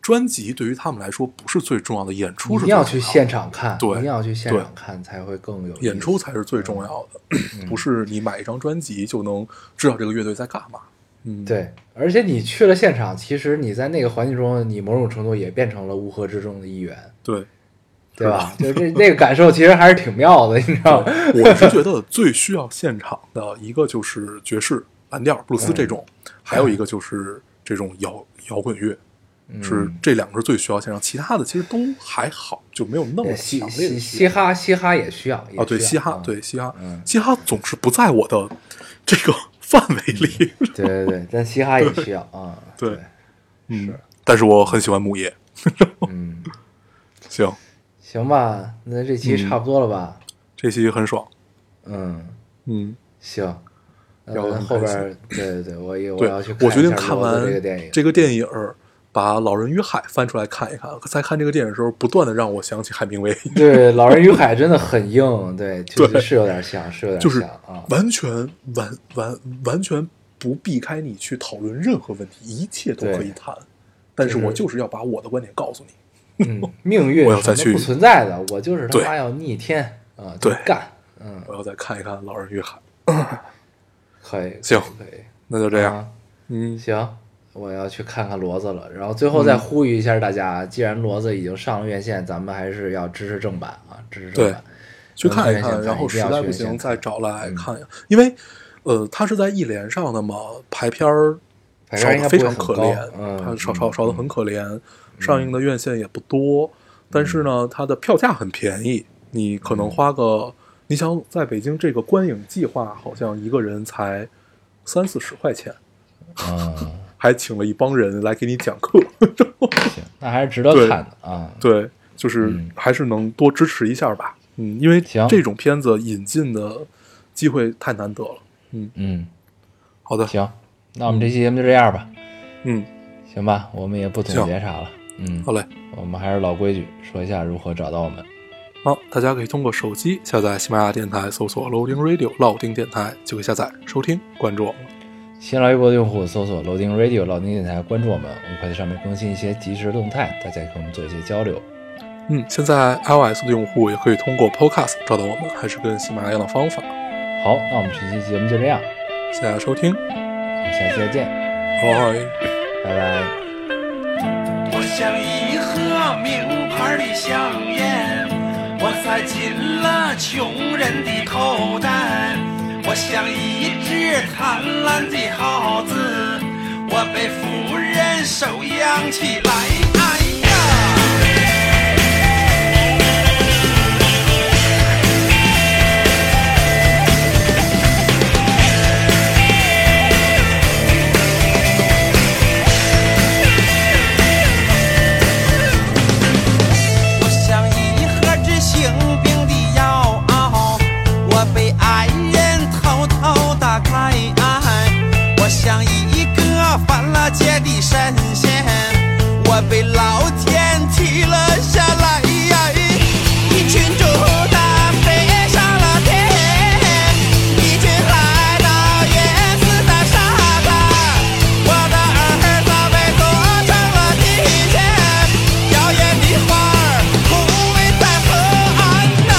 S1: 专辑对于他们来说不是最重要的，演出
S2: 一
S1: 是
S2: 定
S1: 最
S2: 要
S1: 重
S2: 去
S1: 的
S2: 现场看，
S1: 对
S2: 一定要去现
S1: 对
S2: 场看才会更有
S1: 演
S2: 意
S1: 出
S2: 思
S1: 才是最
S2: 嗯
S1: 重要的，不是你买一张专辑就能知道这个乐队在干嘛。嗯，
S2: 对，而且你去了现场，其实你在那个环境中，你某种程度也变成了乌合之众的一员，
S1: 对，
S2: 对吧？就这那个感受其实还是挺妙的，你知道吗？
S1: 我是觉得最需要现场的一个就是爵士、蓝调、布鲁斯这
S2: 嗯
S1: 种，还有一个就是这种摇摇滚乐，
S2: 嗯
S1: 是这两个是最需要现场，其他的其实都还好，就没有那么
S2: 对西
S1: 强烈
S2: 西
S1: 的需
S2: 嘻
S1: 要
S2: 哈嘻哈也需要也
S1: 啊，对
S2: 需
S1: 嘻
S2: 要
S1: 哈
S2: 嗯，
S1: 对嘻哈
S2: 嗯，
S1: 嘻哈总是不在我的这个范围里，
S2: 对对对，但嘻哈也需要啊。
S1: 对
S2: 是
S1: 嗯，但是我很喜欢木叶，
S2: 嗯，
S1: 行，
S2: 行吧，那这
S1: 嗯
S2: 期差不多了吧？
S1: 这期很爽，
S2: 嗯，
S1: 嗯，
S2: 行。
S1: 聊
S2: 嗯，
S1: 得很
S2: 后
S1: 开
S2: 边
S1: 心
S2: 儿对对对，我也我
S1: 对
S2: 要去，看
S1: 我
S2: 一
S1: 决定
S2: 下
S1: 看
S2: 罗子
S1: 完
S2: 这个电影。
S1: 这个电影儿。把《老人与海》翻出来看一看，在看这个电影的时候，不断的让我想起海明威，
S2: 对，《老人与海》真的很硬，对，确实
S1: 对
S2: 是有点像，是有点
S1: 就是
S2: 像啊。
S1: 完全完完完全不避开你去讨论任何问题，一切都可以谈。但是我就是要把我的观点告诉你。
S2: 嗯，命运
S1: 我要
S2: 什么
S1: 再去
S2: 不存在的，我就是他
S1: 对
S2: 妈要逆天啊，
S1: 对
S2: 去干，嗯，
S1: 我要再看一看《老人与海》，
S2: 可以，
S1: 行
S2: 可以，
S1: 那就这样。
S2: 啊
S1: 嗯，
S2: 行，我要去看看骡子了。然后最后再呼吁一下大家，既然骡子已经上了院线，咱们还是要支持正版啊，支持正版。
S1: 去看一
S2: 我们
S1: 嗯看，
S2: 去
S1: 然后
S2: 一
S1: 实
S2: 定要
S1: 在
S2: 去
S1: 不
S2: 先看
S1: 行再找来看一看，因为呃，它是在一连上的嘛，排片儿
S2: 排
S1: 少
S2: 片应
S1: 的
S2: 该
S1: 非
S2: 不会很
S1: 常可
S2: 高
S1: 怜，
S2: 嗯
S1: 它少
S2: 嗯
S1: 少少的很可怜，上映的院线也不多，但是呢，它的票价很便宜，你可
S2: 嗯
S1: 能花个，你想在北京这个观影计划，好像一个人才三四十块钱，
S2: 嗯，
S1: 还请了一帮人来给你讲课，
S2: 行，那还是值得
S1: 对
S2: 看的啊。
S1: 对，就是
S2: 嗯
S1: 还是能多支持一下吧，嗯，因为
S2: 行
S1: 这种片子引进的机会太难得了，嗯，
S2: 嗯，
S1: 好的，
S2: 行，那我们这期节目就这样吧，
S1: 嗯，
S2: 行吧，我们也不总
S1: 行
S2: 结啥了。嗯，
S1: 好嘞。
S2: 我们还是老规矩，说一下如何找到我们。
S1: 好，大家可以通过手机下载喜马拉雅电台，搜索 Loading Radio 老丁电台，就可以下载收听关注我们。
S2: 新浪微博的用户搜索 Loading Radio 老丁电台，关注我们，我们会在上面更新一些即时动态，大家也跟我们做一些交流。
S1: 嗯，现在 iOS 的用户也可以通过 Podcast 找到我们，还是跟喜马拉雅一样的方法。
S2: 好，那我们这期节目就这样，
S1: 谢谢大家收听，
S2: 我们下期再见，
S1: 拜。
S2: 拜拜。
S3: 我像一盒名牌的香烟，我塞进了穷人的口袋。我像一只贪婪的耗子，我被夫人手养起来。哎呀！我像一盒治性病的药，我被爱人偷偷打开。我像一个犯了戒的神仙，我被老天踢了下来。哎一群猪它飞上了天，一群来到原始的沙滩。我的儿子被剁成了地仙，耀眼的花儿枯萎在河岸呐。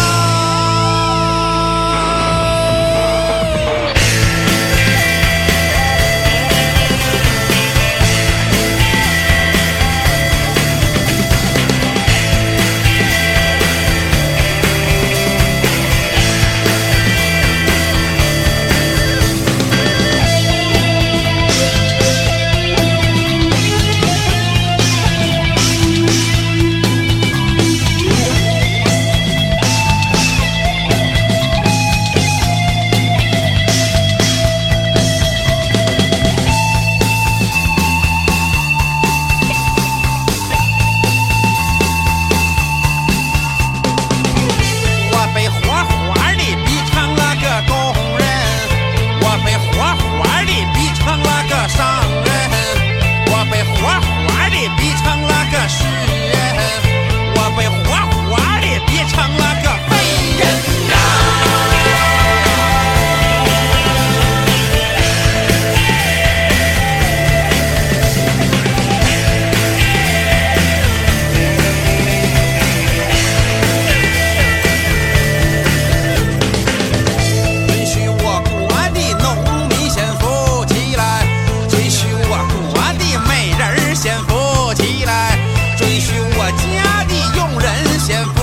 S3: 我被活活的逼成了个工人，我被活活的逼成了个商人，我被活活的逼成了个诗人，我被活活的逼成了个废人呐！允许我国的农民先富起来，允许我国的美人儿先富起来，允许我家的佣人先富